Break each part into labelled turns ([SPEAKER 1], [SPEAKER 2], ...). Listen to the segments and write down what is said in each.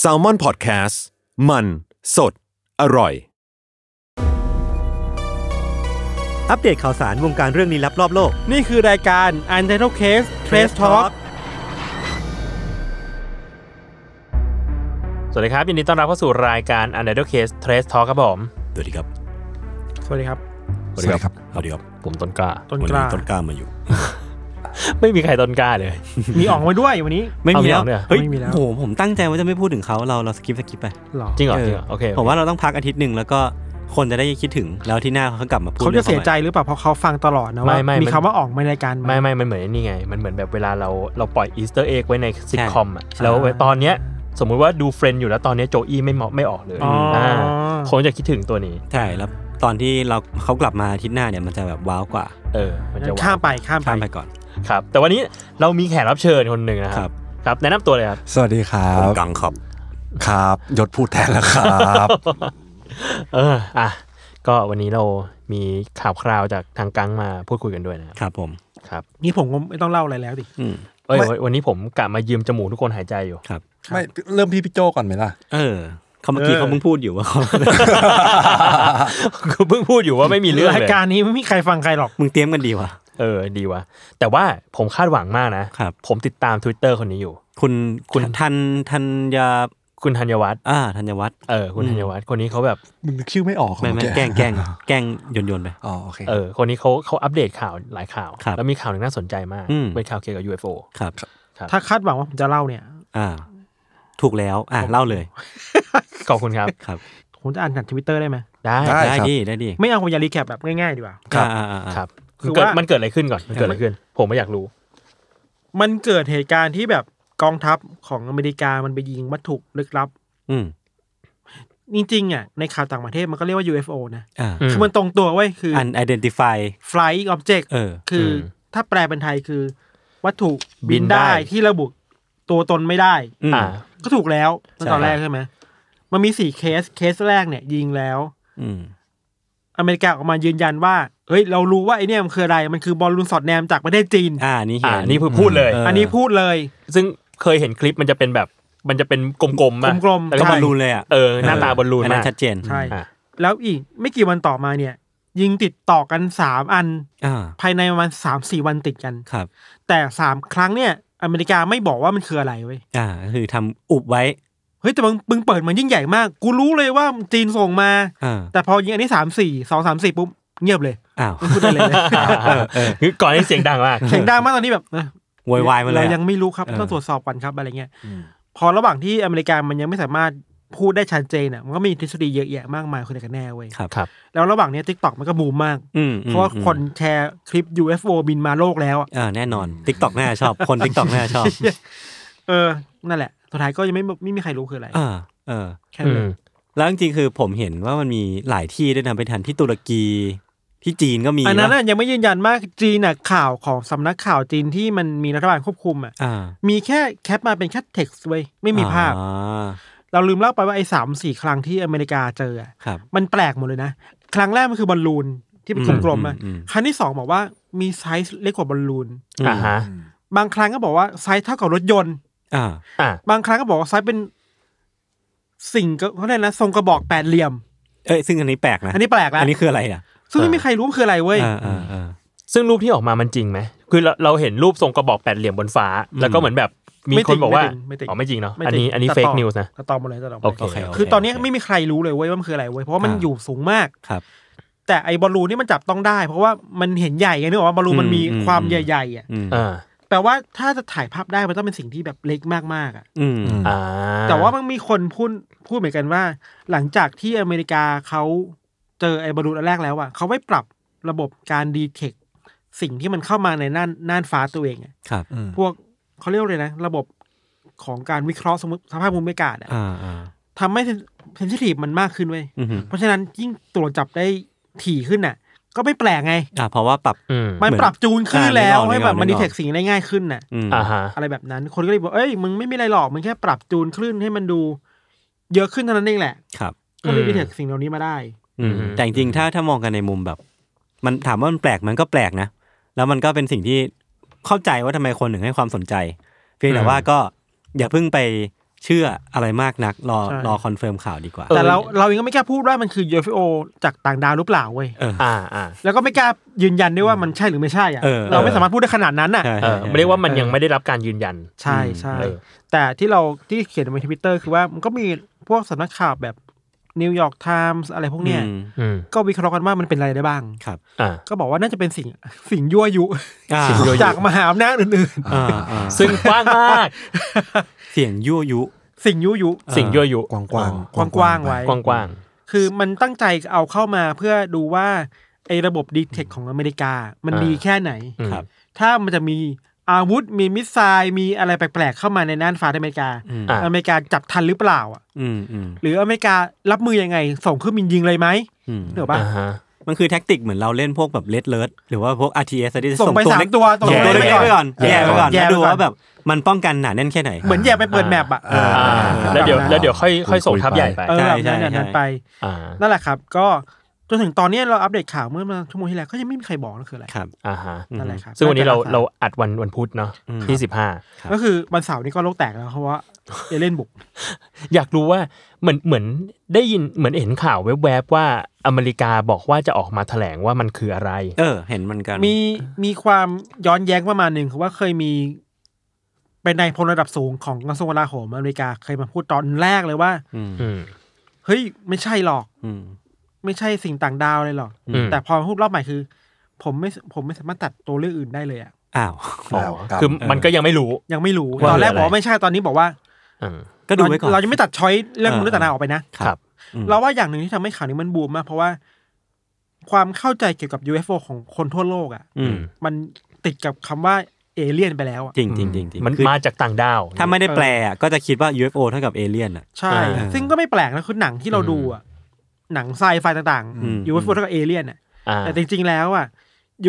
[SPEAKER 1] แซลมอนพอดแคสต์มันสดอร่อย
[SPEAKER 2] อัปเดตข่าวสารวงการเรื่องลี้ลับรอบโลก
[SPEAKER 3] นี่คือรายการ u n t i t l e d Case Trace Talk สวัสดีครับ ยินดีต้อนรับเข้าสู่รายการ u n t i t l e d Case Trace Talk ครับผม
[SPEAKER 4] สวัสดีครับ
[SPEAKER 3] สวัสดีครับ
[SPEAKER 4] สวัสดีครับ สวัสดีครับ
[SPEAKER 3] ผมต้นกล้า
[SPEAKER 4] วันนี้ต้นกล้ามาอยู่
[SPEAKER 3] ไม่มีใครต้นกล้าเลย
[SPEAKER 5] มีออกมาด้วยวันนี้
[SPEAKER 2] ไม่มีแล้ว
[SPEAKER 3] เอาเนี่ย
[SPEAKER 2] เฮ้ย
[SPEAKER 5] ไม่มีแล้ว
[SPEAKER 2] โหผมตั้งใจว่าจะไม่พูดถึงเขาเราเราสกิปสกิปไป
[SPEAKER 5] หรอ
[SPEAKER 3] จริงเหรอจริงเหรอ โอเค
[SPEAKER 2] ผมว่าเราต้องพักอาทิตย์หนึ่งแล้วก็คนจะได้คิดถึงแล้วที่หน้าเขากลับมาพูด
[SPEAKER 5] เขาจะเสียใจ
[SPEAKER 2] รื่อง
[SPEAKER 5] หรือเปล่าเพราะเขาฟังตลอดนะว่ามีคำว่าออกมาในรายการห
[SPEAKER 3] ไม่ไม่มันเหมือนไอ้นี่ไง มันเหมือนแบบเวลาเราเราปล่อยอีสเตอร์เอ็กไว้ในซิทคอมอ่ะ แล้วตอนเนี้ยสมมุติว่าดูเฟรนอยู่แล้วตอนเนี้ยโจอี้ไม่เหมาะไม่ออกเลย
[SPEAKER 5] อ๋ออ่
[SPEAKER 3] าคนจะคิดถึงตัวนี้
[SPEAKER 2] ใช่แล้วตอนที่เราเขากลับมาอาทิตย์หน้าเนี่ยมันจะแบบว้าวกว่า
[SPEAKER 3] เออ มันจะว้ว
[SPEAKER 5] ข้ามไปข้ามไป
[SPEAKER 2] ข้ามไปก่อน
[SPEAKER 3] ครับ แต่วันนี้เรามีแขกรับเชิญคนหนึ่งนะค
[SPEAKER 2] ครั
[SPEAKER 3] รับ
[SPEAKER 2] บ
[SPEAKER 3] ครับ แนะนำตัวเลยครับ
[SPEAKER 4] สวัสดีครั
[SPEAKER 2] ผม
[SPEAKER 4] บ
[SPEAKER 2] กังครับ
[SPEAKER 4] ครับ ยศพูดแทนแล้วครับ
[SPEAKER 3] เออ อ่ะ ก็วันนี้เรามีข่าวคราวจากทางกังมาพูดคุยกันด้วยนะครับ
[SPEAKER 2] ครับผม
[SPEAKER 3] ครับ
[SPEAKER 5] นี่ผมก็ไม่ต้องเล่าอะไรแล้วดิ
[SPEAKER 2] อืม
[SPEAKER 3] เอ้ยวันนี้ผมกะมายืมจมูกทุกคนหายใจ อยู่
[SPEAKER 2] ครับ
[SPEAKER 4] ไม่เริ่มพี่พี่โจก่อนไหมล่ะ
[SPEAKER 2] เออเขาเมื่อกี้
[SPEAKER 5] เออ
[SPEAKER 2] เขาเพิ่งพูดอยู่ว่า เขา
[SPEAKER 3] คือเพิ่งพูดอยู่ว่าไม่มีเรื่อง
[SPEAKER 5] ราย
[SPEAKER 3] เลย
[SPEAKER 5] การนี้ไม่มีใครฟังใครหรอก
[SPEAKER 2] มึงเตรียมกันดีวะ
[SPEAKER 3] เออ ดีว่ะ แต่ว่าผมคาดหวังมากนะ
[SPEAKER 2] ครับ
[SPEAKER 3] ผมติดตาม Twitter คนนี้อยู่
[SPEAKER 2] คุณ
[SPEAKER 3] คุณ
[SPEAKER 2] ทันทันยา
[SPEAKER 3] คุณธัญวัฒน์
[SPEAKER 2] อ่าธัญวัฒน์
[SPEAKER 3] เออ คุณธัญวัฒน์ คนนี้เขาแบบ
[SPEAKER 4] มึงนึกชื่อไม่ออกเหรอ
[SPEAKER 2] ไม่ไม่
[SPEAKER 4] เอ
[SPEAKER 2] แกล้งแกล้งแกล้งโยนโยนไป
[SPEAKER 4] อ๋อโอเค
[SPEAKER 3] เออ คนนี้เขาเขาอัปเดตข่าวหลายข่าว
[SPEAKER 2] ครับ
[SPEAKER 3] แล้วมีข่าวหนึ่งน่าสนใจมาก
[SPEAKER 2] อืม
[SPEAKER 3] เป็นข่าวเกี่ยวกับ UFO
[SPEAKER 2] ครับ
[SPEAKER 5] ถ้าคาดหวังว่าผมจะเล่าเนี่ย
[SPEAKER 2] อ่า ถูกแล้วอ่าเล่าเลย
[SPEAKER 3] ขอบคุณครับ
[SPEAKER 2] ครับ
[SPEAKER 5] ผมจะอ่านจากทวิตเตอร์ได้ไหม
[SPEAKER 3] ได้
[SPEAKER 4] ได้
[SPEAKER 2] ได้
[SPEAKER 4] ครับ
[SPEAKER 2] ดีได้ดี
[SPEAKER 5] ไม่เอาพยารีแคปแบบง่ายๆดีกว่า
[SPEAKER 2] ครับอ่าอ่าอ่า
[SPEAKER 3] ครับ
[SPEAKER 5] คือ
[SPEAKER 3] เกิด
[SPEAKER 5] ว่ามั
[SPEAKER 3] มันเกิดอะไรขึ้นก่อน มันเกิดอะไรขึ้น ผมไม่อยากรู้
[SPEAKER 5] มันเกิดเหตุการณ์ที่แบบกองทัพของอเมริกามันไปยิงวัตถุลึกลับ
[SPEAKER 2] อืม
[SPEAKER 5] จริงๆอ่ะในข่าวต่างประเทศมันก็เรียกว่า UFO นะ
[SPEAKER 2] อ่า
[SPEAKER 3] อืม
[SPEAKER 5] คือมันตรงตัวเว้ยคืออ
[SPEAKER 2] อัน identify
[SPEAKER 5] flying object
[SPEAKER 2] เออ
[SPEAKER 5] คืออ
[SPEAKER 3] ม
[SPEAKER 5] ถ้าแปลเป็นไทยคือ วัตถุ
[SPEAKER 3] บิ
[SPEAKER 5] บิ
[SPEAKER 3] น
[SPEAKER 5] น
[SPEAKER 3] ได้
[SPEAKER 5] ได้ที่ระบุตัวตนไม่ได้
[SPEAKER 2] อืม
[SPEAKER 3] อ่า
[SPEAKER 5] ก็ถูกแล้วตั้ง
[SPEAKER 2] ใช่
[SPEAKER 5] แต่ตอนแรกใช่ไหม มันมีสี่เคส เคสแรกเนี่ย ยิงแล้ว
[SPEAKER 2] อืม
[SPEAKER 5] อเมริกาออกมายืนยันว่า เฮ้ย เรารู้ว่าไอเนี่ยมันคืออะไร มันคือบอลลูนสอดแนมจากประเทศจีน
[SPEAKER 2] อ่านี่เห็
[SPEAKER 3] อ่าน นี่พูดพูดเลย
[SPEAKER 2] เออ
[SPEAKER 5] อันนี้พูดเลย
[SPEAKER 3] ซึ่งเคยเห็นคลิปมันจะเป็นแบบ มันจะเป็นกลมๆมาก
[SPEAKER 5] ลมๆ
[SPEAKER 2] ก็
[SPEAKER 3] แล้ว
[SPEAKER 2] บบ
[SPEAKER 3] ก็
[SPEAKER 2] อล
[SPEAKER 3] อล
[SPEAKER 2] ลู
[SPEAKER 3] ลู
[SPEAKER 2] น
[SPEAKER 3] น
[SPEAKER 2] เลยอ่ะ
[SPEAKER 3] เออหน้าตาบอลลูน
[SPEAKER 2] อันนั้
[SPEAKER 3] มาก
[SPEAKER 2] นชัดเจน
[SPEAKER 5] ใช่
[SPEAKER 3] อ่ะ
[SPEAKER 5] แล้วอีกไม่กี่วันต่อมาเนี่ย ยิงติดต่อกันสามอัน
[SPEAKER 2] อ่า
[SPEAKER 5] ภายในประมาณสามสี่วันติดกัน
[SPEAKER 2] ครับ
[SPEAKER 5] แต่สามครั้งเนี่ย อเมริกาไม่บอกว่ามันคืออะไรเว้ย
[SPEAKER 2] อ่าก็คือทำอุบไว้
[SPEAKER 5] เฮ้ย แต่มึงมึงเปิดมันยิ่งใหญ่มาก กูรู้เลยว่าจีนส่งมา
[SPEAKER 2] อ่า
[SPEAKER 5] แต่พอยิงอันนี้สามสี่สองสามสี่ปุ๊บเงียบเลย
[SPEAKER 2] อ้าว
[SPEAKER 5] ไม่พูดอะไรเลย
[SPEAKER 3] คือก่อนนี้เสียงดังมาก
[SPEAKER 5] เสียงดังมากตอนนี้แบบนะ
[SPEAKER 2] โวยวายมาเลย
[SPEAKER 5] เรายั
[SPEAKER 2] อ่ะ
[SPEAKER 5] งไม่รู้ครับ
[SPEAKER 2] เออ
[SPEAKER 5] ต้องตรวจสอบก่อนครับอะไรเงี้ยพอระหว่างที่อเมริกามันยังไม่สามารถพูดได้ชัดเจนอ่ะมันก็มีทฤษฎีเยอะแยะมากมายคนไหนกันแน่เว้ย
[SPEAKER 2] ครับ
[SPEAKER 3] ครับ
[SPEAKER 5] แล้วระหว่างเนี้ทิกตอกมันก็บูมมาก
[SPEAKER 2] อืม
[SPEAKER 5] เพราะว่าคนแชร์คลิป UFO บินมาโลกแล้วอะ
[SPEAKER 2] อ่าแน่นอนทิกตอกน่าชอบ คนทิกตอกน่าชอบ
[SPEAKER 5] เออนั่นแหละสุดท้ายก็ยังไม่ไม่มีใครรู้คืออะไร
[SPEAKER 2] อ่าเออ
[SPEAKER 5] แค่นั้นเล
[SPEAKER 3] อื
[SPEAKER 5] ย
[SPEAKER 3] ม
[SPEAKER 2] แล้วจริงๆคือผมเห็นว่ามันมีหลายที่ด้วยนะไปทันที่ตุรกี ที่จีนก็มี
[SPEAKER 5] อันนั้น
[SPEAKER 2] ปะ
[SPEAKER 5] น่ะยังไม่ยืนยันมากจีนน่ะข่าวของสำนักข่าวจีนที่มันมีรัฐบาลควบคุมอ่ะ
[SPEAKER 2] อ่า
[SPEAKER 5] มีแค่แคปมาเป็นแค่เท็กซ์เว้ยไม่มีภาพ
[SPEAKER 2] อ่า
[SPEAKER 5] เราลืมเล่าไปว่าไอ้สามสี่ครั้งที่อเมริกาเจออะ
[SPEAKER 2] ครับ
[SPEAKER 5] มันแปลกหมดเลยนะ ครั้งแรกมันคือบอลลูนที่เป็น
[SPEAKER 3] อืม
[SPEAKER 5] กลมๆอะ
[SPEAKER 2] อืม
[SPEAKER 5] ครั้งที่สองบอกว่ามีไซส์เล็กกว่าบอลลูน
[SPEAKER 3] อ่าฮะ
[SPEAKER 5] บางครั้งก็บอกว่าไซส์เท่ากับรถยนต์
[SPEAKER 2] อ่า
[SPEAKER 3] อ่า
[SPEAKER 5] บางครั้งก็บอกว่าไซส์เป็นสิ่งก็เขาเรียกนะทรงกระบอกแปดเหลี่ยม
[SPEAKER 2] เอ้ยซึ่งอันนี้แปลกนะ
[SPEAKER 5] อันนี้แปลกแล้ว
[SPEAKER 2] อันนี้คืออะไรอ่ะ
[SPEAKER 5] ซึ่งไม่มีใครรู้ว่าคืออะไรเว้ย
[SPEAKER 2] อ่าอ่าอ่า
[SPEAKER 3] ซึ่งรูปที่ออกมามันจริงไหม คือเราเราเห็นรูปทรงกระบอกแปดเหลี่ยมบนฟ้า แล้วก็เหมือนแบบ มีคนบอกว่า
[SPEAKER 5] ไม่ติดไม่ติด
[SPEAKER 3] อ๋อไม่จริงเนาะ
[SPEAKER 5] ไม่
[SPEAKER 3] อัน
[SPEAKER 5] ติด
[SPEAKER 3] นี้อันนี้
[SPEAKER 5] ตัด
[SPEAKER 3] เฟก
[SPEAKER 5] ต่
[SPEAKER 3] นิวส์นะ
[SPEAKER 5] ตัดต่อหมดเลยตัดต่อหมด
[SPEAKER 3] โอ
[SPEAKER 5] เลย
[SPEAKER 3] เคโอเค
[SPEAKER 5] คือตอนเนี้ย
[SPEAKER 2] โอเค
[SPEAKER 5] ไม่มีใครรู้เลยเว้ยว่ามันคืออะไรเว้ยเพราะว่ามัน
[SPEAKER 2] อ่า
[SPEAKER 5] อยู่สูงมาก
[SPEAKER 2] ครับ
[SPEAKER 5] แต่ไอ้บอลลูนนี่มันจับต้องได้ เพราะว่ามันเห็นใหญ่ไงนึกออกว่าบอลลูนมันมี
[SPEAKER 2] อืมอืม
[SPEAKER 5] ความใหญ่ๆอ่ะ
[SPEAKER 2] อืม
[SPEAKER 3] อ่า
[SPEAKER 5] แปลว่าถ้าจะถ่ายภาพได้มันต้องเป็นสิ่งที่แบบเล็กมากๆอ่ะ
[SPEAKER 2] อืม
[SPEAKER 4] อืม
[SPEAKER 3] อ่า
[SPEAKER 5] แต่ว่ามันมีคนพูดพูดเหมือนกันว่า หลังจากที่อเมริกาเขาเจอไอ้บอลลูนอันแรกแล้วอ่ะเขาไม่ปรับระบบการดีเทคสิ่งที่มันเข้ามาในน่านน่านฟ้าตัวเองอะ
[SPEAKER 2] ครับ
[SPEAKER 4] อืม
[SPEAKER 5] พวกเขาเรียกว่าเลยนะ ระบบของการวิเคราะห์สมมติสภาพภูมิอากาศอ่ะ
[SPEAKER 2] อ่าอ่า
[SPEAKER 5] ทำให้เซนซิทีฟมันมากขึ้นเว้ย
[SPEAKER 2] อืม
[SPEAKER 5] เพราะฉะนั้นยิ่งตรวจจับได้ถี่ขึ้นน่ะ ก็ไม่แปลกไง
[SPEAKER 2] อ่าเพราะว่าปรับ
[SPEAKER 3] อืม
[SPEAKER 5] มัน
[SPEAKER 2] เหมือน
[SPEAKER 5] ปรับจูนขึ้น
[SPEAKER 2] อ่า
[SPEAKER 5] แล้ว
[SPEAKER 2] นึกออก
[SPEAKER 5] ให้แบ
[SPEAKER 2] นึกอ
[SPEAKER 5] บ
[SPEAKER 2] อก
[SPEAKER 5] มันดีเทคสิ่งได้ง่ายขึ้นน่ะ
[SPEAKER 2] อืม
[SPEAKER 3] อ่าฮะ
[SPEAKER 5] อะไรแบบนั้น คนก็เลยบอก เอ้ย มึงไม่มีอะไรหรอก มึงแค่ปรับจูนคลื่นให้มันดูเยอะขึ้นเท่านั้นเองแหละ
[SPEAKER 2] ครับ
[SPEAKER 5] ก็เลยดีเทคสิ่งเหล่านี้มาได้
[SPEAKER 2] อืมแต่จริงๆถ้าถ้ามองกันในมุมแบบ มันถามว่ามันแปลกมันก็แปลกนะ แล้วมันก็เป็นสิ่งที่เข้าใจว่าทำไมคนถึงให้ความสนใจ เพียงแต่ว่าก็อย่าเพิ่งไปเชื่ออะไรมากนัก รอ
[SPEAKER 5] ใช่
[SPEAKER 2] รอคอนเฟิร์มข่าวดีกว่า
[SPEAKER 5] แต่เราเราเองก็ไม่กล้าพูดว่ามันคือ UFO จากต่างดาวหรือเปล่าเว้ย
[SPEAKER 3] อ่าอ่า
[SPEAKER 5] แล้วก็ไม่กล้ายืนยันด้วยว่ามันใช่หรือไม่ใช่อ่ะ
[SPEAKER 2] เออ
[SPEAKER 5] เราไม่สามารถพูดได้ขนาดนั้นน่ะ
[SPEAKER 2] ใช่
[SPEAKER 3] เอ
[SPEAKER 2] ใช่
[SPEAKER 3] อไม่ได้ว่ามันยังไม่ได้รับการยืนยัน
[SPEAKER 5] ใช่ใช่
[SPEAKER 3] เออ
[SPEAKER 5] แต่ที่เราที่เขียนในทวิตเตอร์คือว่ามันก็มีพวกสำนักข่าวแบบนิวยอร์กไทมส์อะไรพวกเนี้ย
[SPEAKER 2] อืม
[SPEAKER 3] อืม
[SPEAKER 5] ก็วิเคราะห์กันว่ามันเป็นอะไรได้บ้าง
[SPEAKER 2] ครับ
[SPEAKER 3] อ่า
[SPEAKER 5] ก็บอกว่าน่าจะเป็นสิ่งสิ่งยั่วยุ
[SPEAKER 2] อ่า
[SPEAKER 5] จากมหาอำนาจอื่น
[SPEAKER 2] อ่าอ่า
[SPEAKER 3] ซึ่งกว้างมาก
[SPEAKER 2] เสียงยั่วยุ
[SPEAKER 5] ๆ สิ่งยั่วยุ
[SPEAKER 3] สิ่งยั่วยุ
[SPEAKER 4] กว้างกว้าง
[SPEAKER 5] กว้างๆไว้
[SPEAKER 3] กว้างกว้าง
[SPEAKER 5] คือมันตั้งใจเอาเข้ามาเพื่อดูว่าไอ้ระบบดีเทคของอเมริกา มันดีแค่ไหน
[SPEAKER 3] ๆอืม
[SPEAKER 2] ครับ
[SPEAKER 5] ถ้ามันจะมีอาวุธมีมิสไซล์มีอะไรแปลกๆเข้ามาในน่านฟ้าอเมริกา
[SPEAKER 2] อืม
[SPEAKER 3] อ่ะ
[SPEAKER 5] อเมริกาจับทันหรือเปล่าอ่ะ
[SPEAKER 2] อืมอืม
[SPEAKER 5] หรืออเมริการับมือยังไง ส่งเครื่องบินยิงเลยไหม
[SPEAKER 2] อืม
[SPEAKER 5] เหนือปะ
[SPEAKER 3] อ่าฮะ
[SPEAKER 2] มันคือแท็กติกเหมือนเราเล่นพวกแบบเลดเลิร์ดหรือว่าพวก RTS ที่
[SPEAKER 5] ส่งไปสาม
[SPEAKER 2] เล็ก
[SPEAKER 5] ตัว
[SPEAKER 2] ส่งตัวเล็กๆไปก่อน
[SPEAKER 3] แย่
[SPEAKER 2] แย่
[SPEAKER 3] ไป
[SPEAKER 2] ไป
[SPEAKER 3] ก่
[SPEAKER 2] ก่อ
[SPEAKER 3] อ
[SPEAKER 2] น น
[SPEAKER 5] แย่
[SPEAKER 2] แล้ว
[SPEAKER 5] ไป
[SPEAKER 2] ดู
[SPEAKER 5] ก่อน
[SPEAKER 2] ว่าแบบมันป้องกันหนาแน่นแค่ไหน
[SPEAKER 5] เหมือนแย่ไปเปิดแมปอ่ะ
[SPEAKER 4] อ่า
[SPEAKER 3] อ่าแล้วเดี๋ยวแล้วเดี๋ยวค่อยค่อยส่งทับใหญ่ไป
[SPEAKER 5] เออ
[SPEAKER 2] ใช่
[SPEAKER 5] แบบ
[SPEAKER 2] ใช่
[SPEAKER 5] นั้นอย่างนั้น
[SPEAKER 2] ใช่
[SPEAKER 5] ไป
[SPEAKER 3] อ่า
[SPEAKER 5] นั่นแหละครับ ก็จนถึงตอนนี้เราอัปเดตข่าวเมื่อมาชั่วโมงที่แล้วก็ยังไม่มีใครบอกนั่นคืออะไร
[SPEAKER 2] ครับ
[SPEAKER 3] อ่าฮะ
[SPEAKER 5] นั่นแหละครับ
[SPEAKER 3] ซึ่งวันนี้เรา
[SPEAKER 5] จะ
[SPEAKER 3] เราอัดวันวันพุธเนาะ
[SPEAKER 2] อืม
[SPEAKER 3] ที่สิบห้า
[SPEAKER 5] ก็คือวันเสาร์นี้ก็โลกแตกแล้วเพราะว่าเอเลนบุก
[SPEAKER 3] อยากรู้ว่าเหมือนเหมือนได้ยินเหมือนเห็นข่าวแวบๆว่าอเมริกาบอกว่าจะออกมาแถลงว่ามันคืออะไร
[SPEAKER 2] เออ เห็นมันกัน
[SPEAKER 5] มีมีความย้อนแย้งประมาณหนึ่งคือว่าเคยมี เป็นนายพลระดับสูงของกระทรวงกลาโหมอเมริกาเคยมาพูดตอนแรกเลยว่า
[SPEAKER 2] อืม
[SPEAKER 3] อืม
[SPEAKER 5] เฮ้ยไม่ใช่หรอก
[SPEAKER 2] อืม
[SPEAKER 5] ไม่ใช่สิ่งต่างดาวเลยหรอก
[SPEAKER 3] อืม
[SPEAKER 5] แต่พอพูดรอบใหม่คือ ผมไม่ผมไม่สามารถตัดตัวเลือกอื่นได้เลยอะ
[SPEAKER 2] อ้าว
[SPEAKER 4] อ๋อรับ
[SPEAKER 3] คือมันก็ยังไม่รู้
[SPEAKER 5] ยังไม่รู้
[SPEAKER 3] ว่า
[SPEAKER 5] ตอนแรก
[SPEAKER 3] อะไร
[SPEAKER 5] บอกว่าไม่ใช่ตอนนี้บอกว่า
[SPEAKER 3] อืม
[SPEAKER 2] ก็ดูไว้ก่อน
[SPEAKER 5] เรายังไม่ตัดช้อยเรื่องมนุษย์ต่างดาวออกไปนะ
[SPEAKER 3] ครับ
[SPEAKER 2] อืม
[SPEAKER 5] เราว่าอย่างหนึ่งที่ทำให้ข่าวนี้มันบูมมากเพราะว่า ความเข้าใจเกี่ยวกับ UFO ของคนทั่วโลกอะ
[SPEAKER 2] อืม
[SPEAKER 5] มันติดกับคำว่าเอเลี่ยนไปแล้วอะ
[SPEAKER 2] จริงจริงจริงจริง
[SPEAKER 3] มัน
[SPEAKER 2] คือ
[SPEAKER 3] มาจากต่างดาว
[SPEAKER 2] ถ้าไม่ได้แปลอ่ะก็จะคิดว่า UFO เท่ากับเอเลี่ยนอ่ะ
[SPEAKER 5] ใช่
[SPEAKER 3] อ่า
[SPEAKER 5] ซึ่งก็ไม่แปลกนะคือหนังที่เราดูอะหนังไซไฟต่าง
[SPEAKER 2] อืม
[SPEAKER 5] ๆ UFO เท่ากับเอเลี่ยนอะ
[SPEAKER 3] อ่า
[SPEAKER 5] แต่จริงๆ แล้วอ่ะ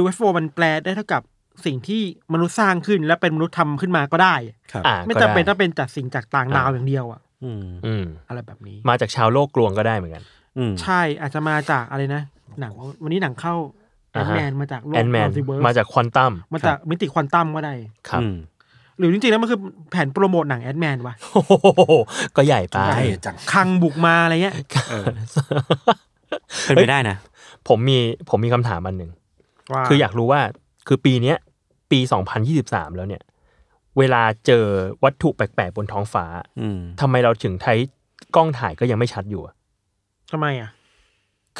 [SPEAKER 5] UFO มันแปลได้เท่ากับสิ่งที่มนุษย์สร้างขึ้น และเป็นมนุษย์ทำขึ้นมาก็ได้
[SPEAKER 4] ครับ
[SPEAKER 3] อ่า
[SPEAKER 5] ไม่
[SPEAKER 3] ก็ด้
[SPEAKER 5] จำเป็นต้องเป็นจากสิ่งจากต่างดาวอย่างเดียวอ่ะ
[SPEAKER 2] อืม
[SPEAKER 3] อืม
[SPEAKER 5] อะไรแบบนี้
[SPEAKER 3] มาจากชาวโลกกลวงก็ได้เหมือนกัน
[SPEAKER 2] อืม
[SPEAKER 5] ใช่อาจจะมาจากอะไรนะ หนังวันนี้หนังเข้าแอ
[SPEAKER 3] อ่าน ฮะ
[SPEAKER 5] แมนมาจากโลก
[SPEAKER 3] แอนแมน
[SPEAKER 5] มัลติเวิร์ส
[SPEAKER 3] มาจากควอนตัม
[SPEAKER 5] มาจากมิติควอนตัมก็ได้
[SPEAKER 3] ครับ
[SPEAKER 2] อืม
[SPEAKER 5] หรือจริงๆ แล้วมันคือแผนโปรโมทหนังแอ t แมนว่ะ
[SPEAKER 3] โอ้โหก็ใหญ่ไป
[SPEAKER 4] ใช่จัง
[SPEAKER 5] คังบุกมาอะไรเงี้ย
[SPEAKER 2] เป็นไปได้นะ
[SPEAKER 3] ผมมีผมมีคำถามอันหนึ่ง
[SPEAKER 5] ว่า
[SPEAKER 3] คืออยากรู้ว่าคือปีเนี้ยปี 2023 แล้วเนี่ย เวลาเจอวัตถุแปลกๆ บนท้องฟ้า
[SPEAKER 2] อืม
[SPEAKER 3] ทำไมเราถึงใช้กล้องถ่ายก็ยังไม่ชัดอยู่อะ
[SPEAKER 5] ทำไมอ่ะ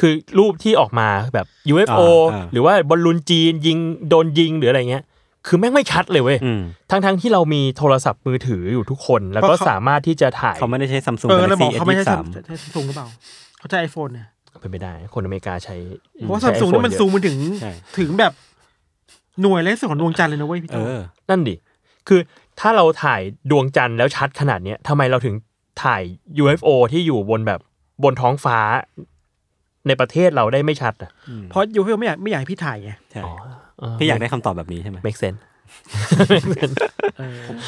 [SPEAKER 3] คือรูปที่ออกมาแบบ UFO
[SPEAKER 2] อ่าอ่า
[SPEAKER 3] หรือว่าบอลลูนจีนยิงโดนยิงหรืออะไรเงี้ย คือแม่งไม่ชัดเลยเว้ย
[SPEAKER 2] อืม
[SPEAKER 3] ทั้งๆที่เรามีโทรศัพท์มือถืออยู่ทุกคน แล้ว
[SPEAKER 5] เพ
[SPEAKER 3] ก็
[SPEAKER 5] ราะเขา
[SPEAKER 3] สามารถที่จะถ่าย
[SPEAKER 2] เขาไม่ได้ใช้ซัมซุง
[SPEAKER 5] เอ
[SPEAKER 2] แก
[SPEAKER 5] อเรา
[SPEAKER 2] ลา
[SPEAKER 5] บอก
[SPEAKER 2] ซี่เอ
[SPEAKER 5] เขาไม่
[SPEAKER 2] ส
[SPEAKER 5] ใช่
[SPEAKER 2] สา
[SPEAKER 5] ซัม
[SPEAKER 2] ม
[SPEAKER 5] ใช่ซัมซุงหรือเปล่าเขาใช้ไอโฟนเนี่ย
[SPEAKER 3] เป็นไปได้ คนอเมริกาใช้
[SPEAKER 5] เพราะว่า
[SPEAKER 3] ใช้
[SPEAKER 5] ซัมซุงนี่
[SPEAKER 3] iPhone
[SPEAKER 5] มัน
[SPEAKER 3] เยอะ
[SPEAKER 5] ซูมมันถึง
[SPEAKER 2] ใช่
[SPEAKER 5] ถึงแบบหน่วยเล็กสุดของดวงจันทร์เลยนะเว้ยพี่
[SPEAKER 2] เอ
[SPEAKER 5] โจ
[SPEAKER 2] อ
[SPEAKER 3] นั่นดิ คือถ้าเราถ่ายดวงจันทร์แล้วชัดขนาดเนี้ยทำไมเราถึงถ่าย UFO ที่อยู่บนแบบบนท้องฟ้า ในประเทศเราได้ไม่ชัดอ่ะ
[SPEAKER 5] เพราะยูเฟลไม่อยากไม่อยากให้พี่ถ่ายไง
[SPEAKER 2] ใช่พี่อยากได้คำตอบแบบนี้ใช่ไหม
[SPEAKER 3] เมกเซน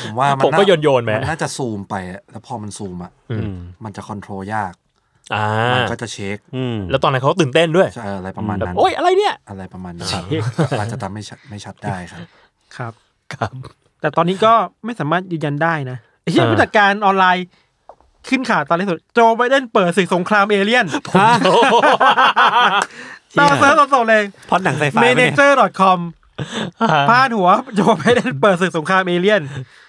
[SPEAKER 4] ผมว่า
[SPEAKER 3] ผมก็
[SPEAKER 4] า
[SPEAKER 3] โยนโยนไป
[SPEAKER 4] มันน่าจะซูมไปอะแล้วพอมันซูมอ่ะมันจะคอนโทรลยาก
[SPEAKER 3] อ่า
[SPEAKER 4] มันก็จะเช็ค
[SPEAKER 2] อืม
[SPEAKER 3] แล้วตอนนั้นเขาตื่นเต้นด้วย
[SPEAKER 4] ใช่อะไรประมาณ
[SPEAKER 3] แบบ
[SPEAKER 4] นั้น
[SPEAKER 3] โอ๊ยอะไรเนี่ย
[SPEAKER 4] อะไรประมาณนั้นครับอาจจะทำไม่ชัดไม่ชัดได้ครับ
[SPEAKER 5] ครับ
[SPEAKER 3] ครับ
[SPEAKER 5] แต่ตอนนี้ก็ไม่สามารถยืนยันได้นะไอ้เหี้ย
[SPEAKER 3] เออ
[SPEAKER 5] ผู้จัดการออนไลน์ขึ้นข่าวตอนล่าสุดโจไบเดนเปิดศึกสงครามเอเลี่ยนตามเซิร์ชสดๆเลย
[SPEAKER 2] พล็อดหนังไซไฟ
[SPEAKER 5] m a n a g e r c o m พาดหัวโจไบเดนเปิดศึกสงครามเอเลี่ยน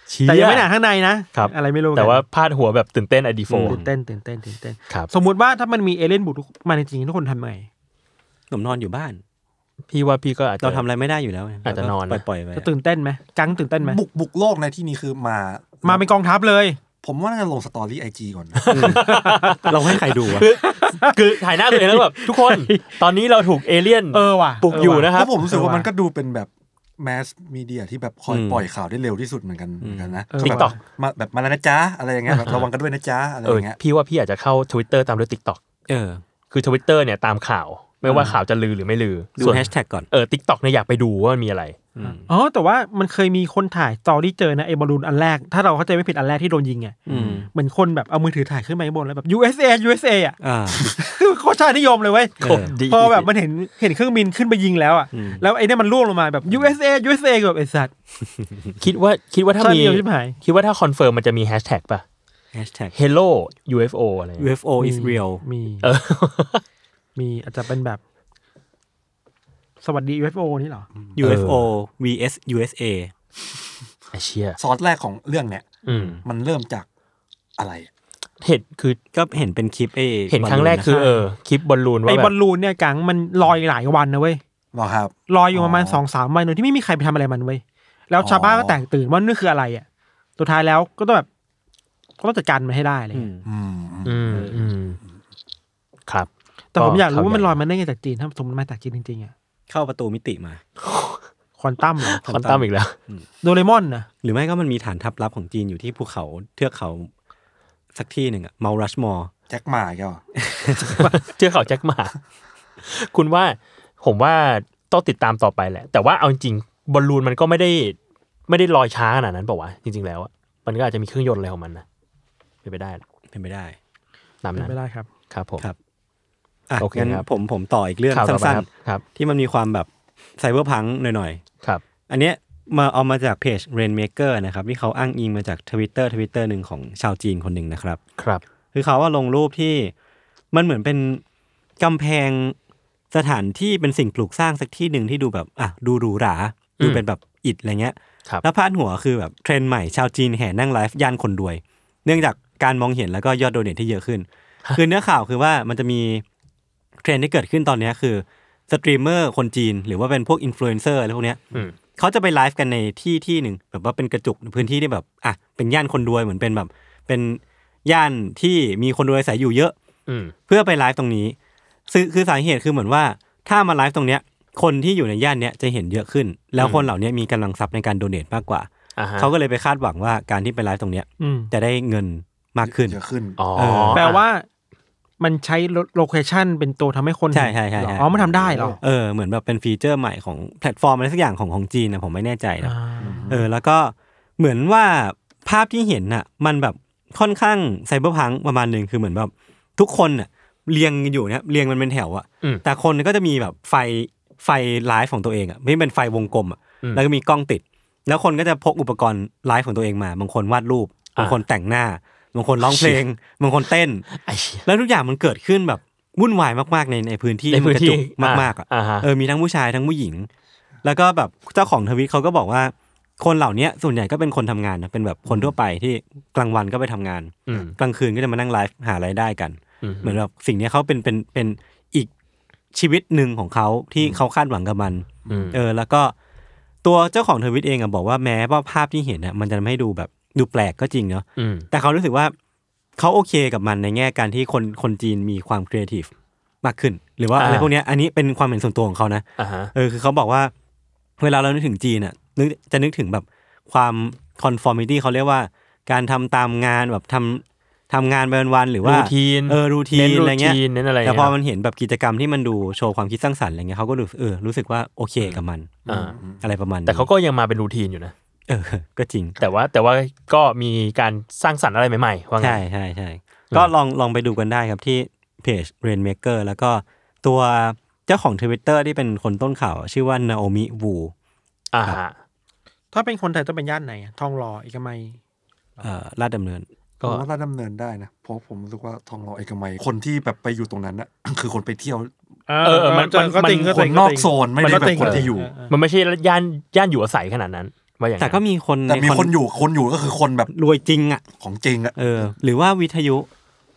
[SPEAKER 2] เชี่
[SPEAKER 5] แต่ยังไม่หนาข้างในนะครับ อะไรไม่รู้เหมือน
[SPEAKER 3] แต่
[SPEAKER 5] กัน
[SPEAKER 3] ว่าพาดหัวแบบตื่นเต้นอดีโฟ
[SPEAKER 5] ตื่นเต้นตื่นเต้นตื่นเต้น
[SPEAKER 3] ครับ
[SPEAKER 5] สมมุติว่าถ้ามันมีเอเลยนบุกมาจริงๆทุกคนทำไง
[SPEAKER 2] ผมนอนอยู่บ้าน
[SPEAKER 3] พี่ว่าพี่ก็อาจจะ
[SPEAKER 2] เราทำอะไรไม่ได้อยู่แล้วไง
[SPEAKER 3] อาจจะนอนนะ
[SPEAKER 2] เราก็ปล่อยๆไป
[SPEAKER 5] จะตื่นเต้นไหมกังตื่นเต้นไหม
[SPEAKER 4] บุกบุกโลกในที่นี้คือมา
[SPEAKER 5] มาเป็นกองทัพเลย
[SPEAKER 4] ผมว่าน่าจะลงสตอรี่ไอจีก่อนนะ
[SPEAKER 2] เราให้ใครดูวะ
[SPEAKER 3] คือคือถ่ายหน้าตัวเองแล้วแบบ ทุกคน ตอนนี้เราถูกเอเลี่ยน
[SPEAKER 5] เออว่ะ
[SPEAKER 3] ปลุกอยู่นะค
[SPEAKER 4] เพ
[SPEAKER 3] รับ
[SPEAKER 4] ราะผมรู้สึกว่ามันก็ดูเป็นแบบแมสมีเดียที่แบบคอย
[SPEAKER 2] อืม
[SPEAKER 4] ปล่อยข่าวได้เร็วที่สุดเหมือนกันเหมือนกันนะ
[SPEAKER 5] เออ
[SPEAKER 4] ก็แบบ
[SPEAKER 3] TikTok
[SPEAKER 4] มาแบบมาแล้วนะจ๊ะอะไรอย่างเงี้ยแบบระวังกันด้วยนะจ๊ะอะไร
[SPEAKER 3] เอ
[SPEAKER 4] อ
[SPEAKER 3] อย่าง
[SPEAKER 4] เงี้ย
[SPEAKER 3] พี่ว่าพี่อาจจะเข้า Twitter ตามด้วย TikTok
[SPEAKER 2] เออ
[SPEAKER 3] คือ Twitter เนี่ยตามข่าว ไม่ว่าข่าวจะลือหรือไม่ลือ
[SPEAKER 2] ดู
[SPEAKER 3] ส่วน
[SPEAKER 2] แฮชแท็กก่อน
[SPEAKER 3] เออ TikTok เนี่ยอยากไปดูว่ามันมีอะไร
[SPEAKER 5] อ๋อแต่ว่ามันเคยมีคนถ่ายตอรี่เจอนะไอ้บอลลูนอันแรก ถ้าเราเข้าใจไม่ผิดอันแรกที่โดนยิงไง
[SPEAKER 2] อืม
[SPEAKER 5] เหมือนคนแบบเอามือถือถ่ายขึ้นมาข้างบนแล้วแบบ USA USA อ่ะ
[SPEAKER 2] อ่า
[SPEAKER 5] โคตรชาตินิยมเลยเว้ย
[SPEAKER 2] เออดี
[SPEAKER 5] พอแบบมันเห็นเห็นเครื่องบินขึ้นไปยิงแล้วอ่ะแล้วไอ้เนี่ยมันล่วงลงมาแบบ USA USA แบบไอ้สัตว์
[SPEAKER 3] คิดว่าคิดว่าถ้า
[SPEAKER 5] ชาติ
[SPEAKER 3] มี
[SPEAKER 5] นิยมชิบหาย
[SPEAKER 3] คิดว่าถ้าคอนเฟิร์มมันจะมีแฮชแท็กป่ะ
[SPEAKER 2] แฮชแท็ก
[SPEAKER 3] Hello UFO อะไรเงี้ย
[SPEAKER 2] UFO is real
[SPEAKER 5] มี
[SPEAKER 3] เออ
[SPEAKER 5] มีอาจจะเป็นแบบ สวัสดี UFO นี่เหรอ
[SPEAKER 2] UFO vs USA
[SPEAKER 3] ไอเชีย
[SPEAKER 4] ซอสแรกของเรื่องเนี่ย
[SPEAKER 3] อืม
[SPEAKER 4] มันเริ่มจากอะไร
[SPEAKER 3] เห็นคือ
[SPEAKER 2] ก็เห็นเป็นคลิปเอ
[SPEAKER 3] เห็นครั้งแรกคือเออคลิปบอลลูนว่า
[SPEAKER 5] ไอ้
[SPEAKER 3] แบบ
[SPEAKER 5] บอลลูนเนี่ยกังมันลอยหลายวันนะเว้ย
[SPEAKER 4] หรอครับ
[SPEAKER 5] ลอยอยู่ประมาณ
[SPEAKER 4] อ๋อ
[SPEAKER 5] สองสามวันโดยที่ไม่มีใครไปทำอะไรมันเว้ยแล้วชาวบ้าน
[SPEAKER 4] อ๋อ
[SPEAKER 5] ก็แตกตื่นว่านี่คืออะไรอ่ะสุดท้ายแล้วก็ต้องแบบก็ต้องจัดการมันให้ได้เลย
[SPEAKER 2] อืม
[SPEAKER 4] อืม
[SPEAKER 3] อืมอืมครับ
[SPEAKER 5] แต่ผมอยากรู้
[SPEAKER 3] ก็
[SPEAKER 5] ว่ามัน
[SPEAKER 3] เข้าใจ
[SPEAKER 5] ลอยมาได้ไงจากจีนถ้าสมมติมันมาจากจีนจริงๆอ่ะ
[SPEAKER 2] เข้าประตูมิติมา
[SPEAKER 5] ควอนตัมเหรอ
[SPEAKER 3] คอนตัมอีกแล้ว
[SPEAKER 5] โดเรมอนนะ
[SPEAKER 2] หรือไม่ก็มันมีฐานทัพลับของจีนอยู่ที่ภูเขาเทือกเขา สักที่หนึ่งอะเมารัชมอ
[SPEAKER 4] แจ็คหมาแกเหรอ
[SPEAKER 3] เจอเขาแจ็ค หมา คุณว่าผมว่าต้องติดตามต่อไปแหละ แต่ว่าเอาจริงๆบอลลูนมันก็ไม่ได้ไม่ได้ลอยช้าขนาดนั้นเปล่าวะจริง ๆ แล้วอะมันก็อาจจะมีเครื่องยนต์อะไรของมันนะเป็นไปได้แหละ
[SPEAKER 2] เป็นไปได้
[SPEAKER 3] ตาม
[SPEAKER 5] เป็น
[SPEAKER 3] นั้น
[SPEAKER 5] ไม่ได้ครับ
[SPEAKER 3] ครับผม
[SPEAKER 2] ครับ อ่ะ
[SPEAKER 3] โอเค
[SPEAKER 2] งั้น
[SPEAKER 3] ครับ
[SPEAKER 2] ผมผมต่ออีกเรื่อง
[SPEAKER 3] ข่าวต่อไป
[SPEAKER 2] สั้น
[SPEAKER 3] ครับครับ
[SPEAKER 2] ๆ ที่มันมีความแบบไซเบอร์พังหน่อยๆ
[SPEAKER 3] ครับ
[SPEAKER 2] อันเนี้ยมาเอามาจากเพจ Rainmaker นะครับ ที่เขาอ้างอิงมาจากทวิตเตอร์ทวิตเตอร์หนึ่งของชาวจีนคนหนึ่งนะครับ
[SPEAKER 3] ครับ
[SPEAKER 2] คือเขาว่าลงรูปที่มันเหมือนเป็นกำแพงสถานที่เป็นสิ่งปลูกสร้างสักที่หนึ่งที่ดูแบบอ่ะดูหรูหรา ดูเป็นแบบอิฐอะไรเงี้ย
[SPEAKER 3] ครับ
[SPEAKER 2] แล้วพาดหัวคือแบบเทรนด์ใหม่ชาวจีนแห่นั่งไลฟ์ย่านคนรวย เนื่องจากการมองเห็นแล้วก็ยอดโดเนทที่เยอะขึ้น คือเนื้อข่าวคือว่ามันจะมีเทรนด์ที่เกิดขึ้นตอนเนี้ยคือสตรีมเมอร์คนจีน หรือว่าเป็นพวกอินฟลูเอนเซอร์อะไรพวกเนี้ย
[SPEAKER 3] อืม
[SPEAKER 2] เขาจะไปไลฟ์กันในที่ที่หนึ่งแบบว่าเป็นกระจุกพื้นที่ที่แบบอ่ะเป็นย่านคนรวยเหมือนเป็นแบบ เป็นย่านที่มีคนรวยอาศัยอยู่เยอะ
[SPEAKER 3] อืม
[SPEAKER 2] เพื่อไปไลฟ์ตรงนี้ซึ่งคือสาเหตุคือเหมือนว่า ถ้ามาไลฟ์ตรงเนี้ย คนที่อยู่ในย่านเนี้ยจะเห็นเยอะขึ้น แล้วคนเหล่าเนี้ยมีกำลังทรัพย์ในการโดเนทมากกว่า
[SPEAKER 3] อ่าฮะ
[SPEAKER 2] เขาก็เลยไปคาดหวังว่าการที่ไปไลฟ์ตรงเนี้ย
[SPEAKER 5] อืม
[SPEAKER 2] จะได้เงินมากขึ้น
[SPEAKER 4] เยอะขึ้น
[SPEAKER 3] อ๋อ
[SPEAKER 2] เออ
[SPEAKER 5] แปลว่ามันใช้โลเคชันเป็นตัวทำให้คน
[SPEAKER 2] ใช่ใช่ใช่
[SPEAKER 5] เหรอ
[SPEAKER 2] ใช่
[SPEAKER 5] อ๋อมันทำได้เหรอ
[SPEAKER 2] เออเหมือนแบบเป็นฟีเจอร์ใหม่ของแพลตฟอร์มอะไรสักอย่างของของจีนนะผมไม่แน่ใจนะ
[SPEAKER 5] อ่า
[SPEAKER 2] เออแล้วก็เหมือนว่าภาพที่เห็นน่ะ มันแบบค่อนข้างไซเบอร์พังประมาณหนึ่งคือเหมือนแบบทุกคนน่ะเรียงกันอยู่เนี่ยเรียงมันเป็นแถวอะ
[SPEAKER 3] อืม
[SPEAKER 2] แต่คนก็จะมีแบบไฟไฟไลฟ์ของตัวเองอะไม่เป็นไฟวงกลมอะ
[SPEAKER 3] อืม
[SPEAKER 2] แล้วก็มีกล้องติด แล้วคนก็จะพกอุปกรณ์ไลฟ์ของตัวเองมาบางคนวาดรูปบางคนแต่งหน้าบางคนร้องเพลงบางคนเต้น
[SPEAKER 3] ไอเชี่ย
[SPEAKER 2] แล้วทุกอย่างมันเกิดขึ้นแบบวุ่นวายมากๆในในพื้นที่
[SPEAKER 3] ในพื้นที่
[SPEAKER 2] มักระจุกมากๆอ่ะ
[SPEAKER 3] อ่าฮะ
[SPEAKER 2] เออมีทั้งผู้ชายทั้งผู้หญิง แล้วก็แบบเจ้าของทวิตเขาก็บอกว่า คนเหล่าเนี้ยส่วนใหญ่ก็เป็นคนทำงานนะเป็นแบบคนทั่วไปที่กลางวันก็ไปทำงาน
[SPEAKER 3] อืม
[SPEAKER 2] กลางคืนก็จะมานั่งไลฟ์หารายได้กัน
[SPEAKER 3] อืม
[SPEAKER 2] เหมือนแบบสิ่งเนี้ยเขาเป็นเป็นเป็นอีกชีวิตหนึ่งของเขาที่เขาคาดหวังกับมัน
[SPEAKER 3] อืม
[SPEAKER 2] เออแล้วก็ตัวเจ้าของทวิตเองอะบอกว่าแม้ว่าภาพที่เห็นอะมันจะทำให้ดูแบบดูแปลกก็จริงเนาะ
[SPEAKER 3] อืม
[SPEAKER 2] แต่เขารู้สึกว่าเขาโอเคกับมันในแง่การที่คนคนจีนมีความครีเอทีฟมากขึ้น หรือว่า
[SPEAKER 3] อ่า
[SPEAKER 2] อะไรพวกเนี้ยอันนี้เป็นความเห็นส่วนตัวของเขานะ
[SPEAKER 3] อ่าฮะ
[SPEAKER 2] เออคือเขาบอกว่า เวลาเรานึกถึงจีนอ่ะนึกจะนึกถึงแบบความคอนฟอร์มิตี้เขาเรียกว่า การทำตามงานแบบทำทำงานไปวันๆหรือว่า
[SPEAKER 3] รูทีน
[SPEAKER 2] เออรูที
[SPEAKER 3] เน้น
[SPEAKER 2] น
[SPEAKER 3] รู
[SPEAKER 2] อะไรเงี้ย
[SPEAKER 3] ทีนเน้นอะไร
[SPEAKER 2] แต่
[SPEAKER 3] เงี้ย
[SPEAKER 2] พอมันเห็นแบบกิจกรรมที่มันดูโชว์ความคิดสร้างสรรค์อะไรเงี้ยเขาก็รู้สึกเออรู้สึกว่าโอเคกับมัน
[SPEAKER 3] อ่า
[SPEAKER 2] อะไรประมาณนี้
[SPEAKER 3] แต่เขาก็ยังมาเป็นรูทีนอยู่นะ
[SPEAKER 2] เอ อก็จริง
[SPEAKER 3] แต่ว่าแต่ว่าก็มีการสร้างสรรค์อะไรใหม่ๆว่าไง
[SPEAKER 2] ใช่ใช่ใช่ก็ลองลองไปดูกันได้ครับที่เพจ Rainmaker แล้วก็ตัวเจ้าของทวิตเตอร์ที่เป็นคนต้นข่าว ชื่อว่า Naomi Wu
[SPEAKER 3] อ่าฮะ
[SPEAKER 5] ถ้าเป็นคนไทยต้องเป็นย่านไหนอะทองหล่อเอกมัย
[SPEAKER 2] เอ่อลาดดำเนิน
[SPEAKER 4] ก็ว่าราชดำเนินได้นะเพราะผมรู้สึกว่าทองหล่อเอกมัยคนที่แบบไปอยู่ตรงนั้นน่ะ คือคนไปเที่ยว
[SPEAKER 3] เออเออมันมันมัน
[SPEAKER 4] คนนอกโซนไม่
[SPEAKER 3] มันก็
[SPEAKER 4] ได้แบ
[SPEAKER 3] ติ่
[SPEAKER 4] บ
[SPEAKER 3] ง
[SPEAKER 4] คนที่อยู่
[SPEAKER 5] เออเออ
[SPEAKER 3] มันไม่ใช่ย่านย่านอยู่อาศัยขนาดนั้น ว่าอย่าง
[SPEAKER 2] แต่
[SPEAKER 3] นั้น
[SPEAKER 2] ก็มีคน
[SPEAKER 4] แต่มี
[SPEAKER 2] ใ
[SPEAKER 4] คนอยู่คนอยู่ก็คือคนแบบ
[SPEAKER 2] รวยจริงอ่ะ
[SPEAKER 4] ของจริงอะ
[SPEAKER 2] เออ หรือว่าวิทยุ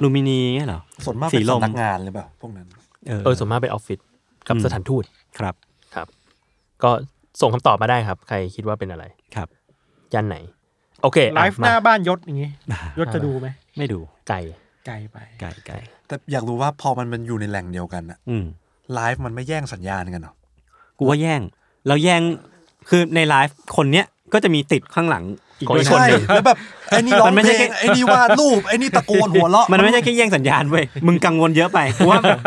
[SPEAKER 2] ลูมินีเงี้ยเหรอ
[SPEAKER 4] ส่วนมาก
[SPEAKER 2] สี
[SPEAKER 4] เป็น
[SPEAKER 2] ลม
[SPEAKER 4] สำนักงานหรือเปล่าพวกนั้น
[SPEAKER 3] เออส่วนมากเป็นออฟฟิศกับ
[SPEAKER 2] อืม
[SPEAKER 3] สถานทูต
[SPEAKER 2] ครับ
[SPEAKER 3] ครับ ก็ส่งคำตอบมาได้ครับ ใครคิดว่าเป็นอะไร
[SPEAKER 2] ครับ
[SPEAKER 3] ย่านไหน โอเค
[SPEAKER 5] ไล
[SPEAKER 3] อ่ะ
[SPEAKER 5] ฟ์หน้าม บ้านยศอย่างงี้ยศจะดูไหม
[SPEAKER 2] ไม่ดู
[SPEAKER 3] ไก่
[SPEAKER 5] ไกลไป
[SPEAKER 2] ไก่ไก่
[SPEAKER 4] แต่อยากรู้ว่าพอมันมันอยู่ในแหล่งเดียวกันอะ
[SPEAKER 2] อืม
[SPEAKER 4] ไลฟ์มันไม่แย่งสัญญาณกันเหรอ
[SPEAKER 2] กูว่าแย่ง เราแย่ง คือในไลฟ์คนเนี้ยก็จะมีติดข้างหลังอีก
[SPEAKER 3] ของ
[SPEAKER 2] ด้ว
[SPEAKER 3] อี
[SPEAKER 2] ยค
[SPEAKER 3] กคน น
[SPEAKER 4] ใช่
[SPEAKER 3] หนึ่ง
[SPEAKER 4] แล้วแบบไอ้นี่ร้อง
[SPEAKER 2] มันไม่
[SPEAKER 4] เพ
[SPEAKER 2] ใช่
[SPEAKER 4] ล
[SPEAKER 2] แค่
[SPEAKER 4] งไอ้นี่วาดรูปไอ้นี่ตะโกนหัวเราะ
[SPEAKER 2] มันไม่ใช่แค่แย่งสัญญาณเว้ย มึงกังวลเยอะไปกูว่าแบบ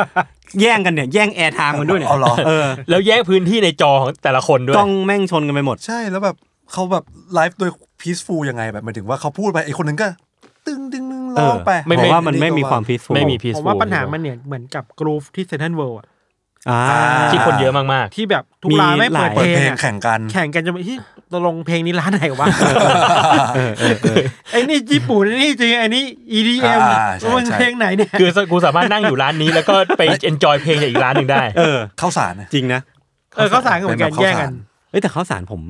[SPEAKER 2] แย่งกันเนี่ย แย่งแอร์ไทม์กันด้วยเนี่ย
[SPEAKER 4] เอาเหรอ
[SPEAKER 2] เออ
[SPEAKER 3] แล้วแยกพื้นที่ในจอของแต่ละคนด้วย
[SPEAKER 2] กล้องแม่งชนกันไปหมด
[SPEAKER 4] ใช่แล้วแบบเขาแบบไลฟ์โดยพีซฟูลยังไงแบบหมายถึงว่าเขาพูดไปไอ้คนหนึงก็ ตึ้งดึงดึงร้องไป
[SPEAKER 2] เออผมว่ามัน
[SPEAKER 4] อ้
[SPEAKER 2] ไม่มี
[SPEAKER 4] ก็
[SPEAKER 2] ความพีซฟู
[SPEAKER 3] ไม่มี peaceful
[SPEAKER 5] ผมว่าปัญหามันเนี่ยเหมือนกับกรูฟที่เซนทันเวิลด์อะ
[SPEAKER 2] อ่า
[SPEAKER 3] ที่คนเยอะมาก
[SPEAKER 5] ที่แบบทุก
[SPEAKER 2] มี
[SPEAKER 5] ร้านไม่
[SPEAKER 2] ห
[SPEAKER 5] เปิ
[SPEAKER 2] ลา
[SPEAKER 5] ด
[SPEAKER 2] ย
[SPEAKER 4] เปิดเพ
[SPEAKER 5] เพ
[SPEAKER 4] ล
[SPEAKER 5] ล
[SPEAKER 4] ง
[SPEAKER 5] ง
[SPEAKER 4] แข่งกัน
[SPEAKER 5] แข่งกันจะไปที่ตกลงเพลงนี้ร้านไหนวะ
[SPEAKER 2] เออเออเออ
[SPEAKER 5] ไอ้นี่ญี่ปุ่นไอ้นี่จริงไอ้นี่ EDM
[SPEAKER 4] อ่าใช่
[SPEAKER 5] มัน
[SPEAKER 4] ใช่
[SPEAKER 5] เพลงไหนเนี่ย
[SPEAKER 3] ๆ คือกูสามารถนั่งอยู่ร้านนี้ แล้วก็ไป enjoy เพลงจากอีกร้านหนึ่งได้
[SPEAKER 2] เออ
[SPEAKER 4] เข้าสารนะ
[SPEAKER 2] จริงนะ
[SPEAKER 5] เออเขาสารกันเหมือนกัน
[SPEAKER 4] ป็บบ
[SPEAKER 5] แย่งกัน
[SPEAKER 2] เอ้ยแต่ข้าวสารผม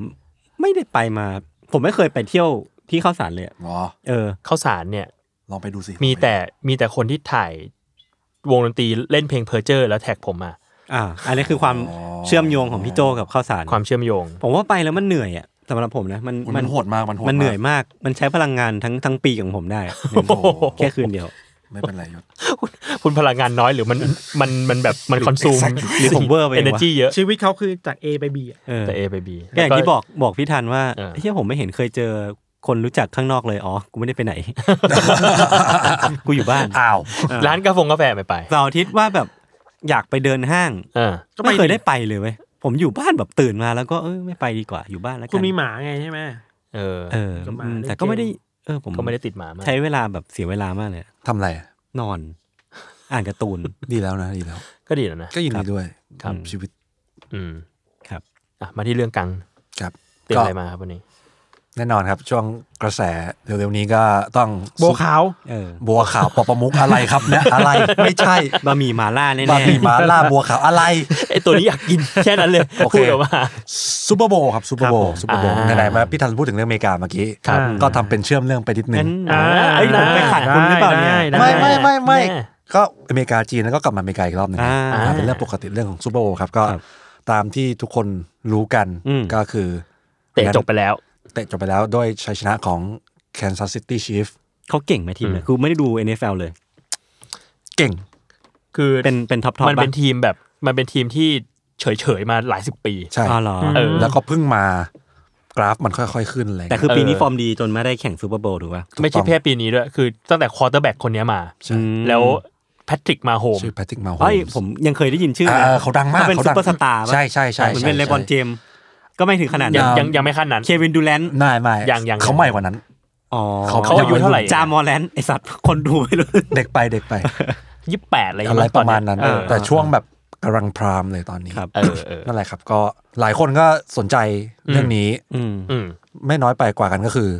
[SPEAKER 2] ไม่ได้ไปมา ผมไม่เคยไปเที่ยวที่ข้าวสารเลยอะ
[SPEAKER 4] เหรอ
[SPEAKER 2] เออ
[SPEAKER 3] เข้าสารเนี่ย
[SPEAKER 4] ลองไปดูสิ
[SPEAKER 3] มีแต่มีแต่คนที่ถ่ายวงดนตรีเล่นเพลงเพอร์เจอร์ แล้วแท็กผมมา
[SPEAKER 2] อ่า อันนี้คือความเชื่อมโยงของพี่โจกับข้าวสาร
[SPEAKER 3] ความเชื่อมโยง
[SPEAKER 2] ผมว่าไปแล้วมันเหนื่อยอ่ะสำหรับผมนะมัน
[SPEAKER 4] อุ๊ยมันโหดมากมันโหด
[SPEAKER 2] มันเหนื่อย
[SPEAKER 4] าก
[SPEAKER 2] มากมันใช้พลังงานทั้งทั้งปีของผมได้อะ
[SPEAKER 4] โอ้โห
[SPEAKER 2] แค่คืนเดียว
[SPEAKER 4] ไม่เป็นไรยศ
[SPEAKER 3] คุณพลังงานน้อยหรือมันมันมันแบบมันคอนซูม
[SPEAKER 4] exact
[SPEAKER 2] หรือผมเวอร์ไปเองวะ
[SPEAKER 3] energy เยอะ
[SPEAKER 5] ชีวิตเขาคือจาก A ไป B อะ
[SPEAKER 2] เออ
[SPEAKER 3] แต่ A ไป B
[SPEAKER 2] ก็อย่าง
[SPEAKER 3] แล้ว
[SPEAKER 2] ที่บอกบอกพี่ทันว่า
[SPEAKER 3] เออ
[SPEAKER 2] เฮียผมไม่เห็นเคยเจอคนรู้จักข้างนอกเลยอ๋อกูไม่ได้ไปไหน กูอยู่บ้าน
[SPEAKER 4] อ้าว
[SPEAKER 3] ร้านกาแฟงกาแฟไม่ไป
[SPEAKER 2] เสาร์อาทิตย์ว่าแบบอยากไปเดินห้าง
[SPEAKER 3] เออ
[SPEAKER 2] ไม่เคยได้ไปเลยเว้ยผมอยู่บ้านแบบตื่นมาแล้วก็เออไม่ไปดีกว่าอยู่บ้านแล้ว
[SPEAKER 5] คุ
[SPEAKER 2] กั
[SPEAKER 5] ณ
[SPEAKER 2] น
[SPEAKER 5] มีหมาไงใช่ไหม
[SPEAKER 3] เออ
[SPEAKER 2] เออ
[SPEAKER 5] กับหมา
[SPEAKER 2] อืม
[SPEAKER 5] เล่น
[SPEAKER 2] แต่ก็ไม่ได้
[SPEAKER 5] เกม
[SPEAKER 2] เออผม
[SPEAKER 3] ก็ไม่ได้ติดหมามาก
[SPEAKER 2] ใช้เวลาแบบเสียเวลามากเลยอะ
[SPEAKER 4] ทำอะไรอะ
[SPEAKER 2] นอน อ่านการ์ตูน
[SPEAKER 4] ดีแล้วนะดีแล้ว
[SPEAKER 3] ก็ดีแล้วนะ
[SPEAKER 4] ก็ยินดีด้วย
[SPEAKER 3] ครับ
[SPEAKER 4] ชีวิต
[SPEAKER 3] อืม
[SPEAKER 2] ครับ
[SPEAKER 3] อ่ะมาที่เรื่องกัง
[SPEAKER 4] ครับ
[SPEAKER 3] เตรียม
[SPEAKER 4] ก็
[SPEAKER 3] อะไรมาครับวันนี้
[SPEAKER 4] แน่นอนครับ ช่วงกระแสเร็วๆนี้ก็ต้อง
[SPEAKER 5] โบขาว
[SPEAKER 2] เออ
[SPEAKER 4] บัวขาวปอประมุกอะไรครับเนี่ยอะไรไม่ใช่
[SPEAKER 2] บะหมี่หมาล่าแน่ๆ
[SPEAKER 4] บะหมี่หมาล่าบัวขาวอะไร
[SPEAKER 3] ไอตัวนี้อยากกิน แค่นั้นเลย
[SPEAKER 4] โอเค
[SPEAKER 3] พูดออกมา
[SPEAKER 4] ซูเปอร์โบว์ครับซูเปอร์โบว์
[SPEAKER 2] ครับผม
[SPEAKER 4] ซูเปอร์โบว์
[SPEAKER 3] อ่า
[SPEAKER 4] ไหนๆมาพี่ทันพูดถึงเรื่องอเมริกาเมื่อกี้
[SPEAKER 3] ครับ
[SPEAKER 4] ก็ทำเป็นเชื่อมเรื่องไปนิดนึ
[SPEAKER 2] งั้
[SPEAKER 4] ง
[SPEAKER 2] น
[SPEAKER 3] อ่า
[SPEAKER 2] เอ้ยผมไปขัดคุณหรือเปล่าเนี่ย
[SPEAKER 3] ได้
[SPEAKER 4] ไม่ไม่ไม่ไม่
[SPEAKER 3] แน่
[SPEAKER 4] ก็อเมริกาจีนแล้วก็กลับมาอเมริกาอีกรอบหนึงครับ
[SPEAKER 2] อ่า
[SPEAKER 4] อ่าเป็นเรื่องปกติเรื่องของซูเปอร์โบว์ครับก็
[SPEAKER 2] ครับ
[SPEAKER 4] ตามที่ทุกคนรู้กัน
[SPEAKER 2] อืม
[SPEAKER 4] ก็คือ
[SPEAKER 3] เตะจบไปแล้ว
[SPEAKER 4] เตะจบไปแล้วด้วยชัยชนะของ Kansas City Chiefs
[SPEAKER 2] เขาเก่งไหมทีมเนี่ย
[SPEAKER 3] อืม
[SPEAKER 2] คือไม่ได้ดู NFL เลย
[SPEAKER 4] เก่ง
[SPEAKER 3] คือ
[SPEAKER 2] เป็นเป็นท็อปท็อป
[SPEAKER 3] มันเป็นทีมแบบมันเป็นทีมที่เฉยเฉยๆมาหลายสิบปี
[SPEAKER 4] ใช่
[SPEAKER 2] อ๋อเหรอ
[SPEAKER 3] เออ
[SPEAKER 4] แล้วก็เพิ่งมากราฟมันค่อยๆขึ้นอะไรอย่าง
[SPEAKER 2] แต่
[SPEAKER 4] เลย
[SPEAKER 2] คือปีนี้
[SPEAKER 3] เออ
[SPEAKER 2] ฟอร์มดีจนมาได้แข่งซูเปอร์โบว์ถูกป่ะ
[SPEAKER 4] ถูกต้อง
[SPEAKER 3] ไม่ใช่แค่ปีนี้ด้วย คือตั้งแต่ควอเตอร์แบ็กคนเนี้ยมา
[SPEAKER 4] ใช่
[SPEAKER 3] แล้วแพทริกมาโฮม
[SPEAKER 4] ชื่อแพทริกมาโฮ
[SPEAKER 2] เอ้ยผมยังเคยได้ยินชื่อนะ
[SPEAKER 4] เขาดังมาก
[SPEAKER 2] เป็น
[SPEAKER 4] ข
[SPEAKER 2] ซู
[SPEAKER 4] ดัง
[SPEAKER 2] เปอร์สตาร์ป่ะ
[SPEAKER 4] ใช่ใช่ใช่
[SPEAKER 2] เหมือนเป็น
[SPEAKER 4] ใช่
[SPEAKER 2] เลบอนเจมส์ก็ไม่ถึงขนาด
[SPEAKER 3] ยั
[SPEAKER 2] นั้
[SPEAKER 3] ง
[SPEAKER 2] น
[SPEAKER 3] ยังยังไม่ขั้นนั้น
[SPEAKER 2] เควินดูแลนต์
[SPEAKER 4] ไม่ไม่
[SPEAKER 3] ยังยัง
[SPEAKER 4] เขาใหม่กว่านั้น
[SPEAKER 2] อ๋อ
[SPEAKER 4] เขา
[SPEAKER 3] เขาอายุเท่าไหร่
[SPEAKER 2] จามอแลนต์ไอสัตว์คนดูไม่รู้
[SPEAKER 4] เด็กไปเด็กไป
[SPEAKER 3] ยี่สิบแปดอะไร
[SPEAKER 4] อะไร
[SPEAKER 3] ย่งเงี้ย
[SPEAKER 4] ประมาณนั้น
[SPEAKER 3] ตอเยเออ
[SPEAKER 4] แต่ช่วงแบบกำลังพรามเลยตอนนี้
[SPEAKER 2] ครับ
[SPEAKER 3] เออเออ
[SPEAKER 4] นั่นแหละครับ ก็หลายคนก็สนใจเรื่องนี้
[SPEAKER 2] อืม
[SPEAKER 3] อืม
[SPEAKER 4] ไม่น้อยไปกว่ากันก็คือ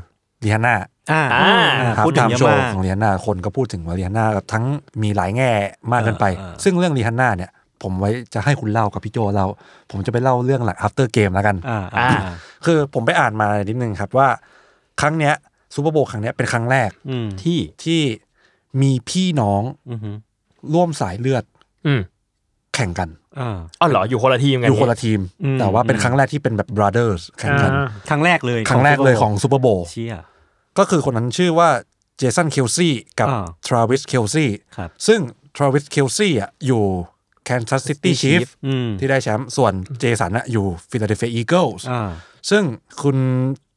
[SPEAKER 4] ลีฮาน่า
[SPEAKER 2] อ่า
[SPEAKER 3] อ่า
[SPEAKER 4] ครับ
[SPEAKER 2] พูดถึ
[SPEAKER 4] ตาง ม
[SPEAKER 2] เยอะ
[SPEAKER 4] โช
[SPEAKER 2] มา
[SPEAKER 4] ว์
[SPEAKER 2] ก
[SPEAKER 4] ของลีฮาน่าคนก็พูดถึงว่าลีฮาน่าทั้งมีหลายแง่มากเกินไป
[SPEAKER 2] เออเออ
[SPEAKER 4] ซึ่งเรื่องลีฮาน่าเนี่ย ผมไว้จะให้คุณเล่ากับพี่โจเล่าผมจะไปเล่าเรื่องหลัง after game แล้วกัน
[SPEAKER 2] อ่าอ่า
[SPEAKER 3] อ่า
[SPEAKER 4] คือผมไปอ่านมานิดนึงครับว่า ครั้งเนี้ยซูเปอร์โบว์ครั้งเนี้ยเป็นครั้งแรก
[SPEAKER 2] อืม
[SPEAKER 3] ที่
[SPEAKER 4] ที่มีพี่น้อง
[SPEAKER 2] อือหือ
[SPEAKER 4] ร่วมสายเลือด
[SPEAKER 3] อืม
[SPEAKER 4] แข่งกัน
[SPEAKER 2] อ่า
[SPEAKER 3] อ๋อเหรออยู่คนละทีมกัน
[SPEAKER 4] อยู่คนละทีม
[SPEAKER 2] อืม
[SPEAKER 4] แต่ว่าเป็นครั้งแรกที่เป็นแบบ brothers แข่งกัน
[SPEAKER 5] อ่า
[SPEAKER 2] ครั้งแรกเลย
[SPEAKER 4] ครั้งแรกเลยของ
[SPEAKER 2] ซู
[SPEAKER 4] ซูเปอร์โบ
[SPEAKER 2] เปอร์โบว์เชีย
[SPEAKER 4] ก็คือคนนั้นชื่อว่าเจสันเคลซี่กับ
[SPEAKER 2] อ่า
[SPEAKER 4] ทราวิสเคลซี่
[SPEAKER 2] ครับ
[SPEAKER 4] ซึ่งทราวิสเคลซี่อ่ะอยู่ Kansas City Chiefs
[SPEAKER 2] อืม
[SPEAKER 4] ที่ได้แชมป์ส่วนเจสันอะอยู่ Philadelphia Eagles
[SPEAKER 2] อ่า
[SPEAKER 4] ซึ่งคุณ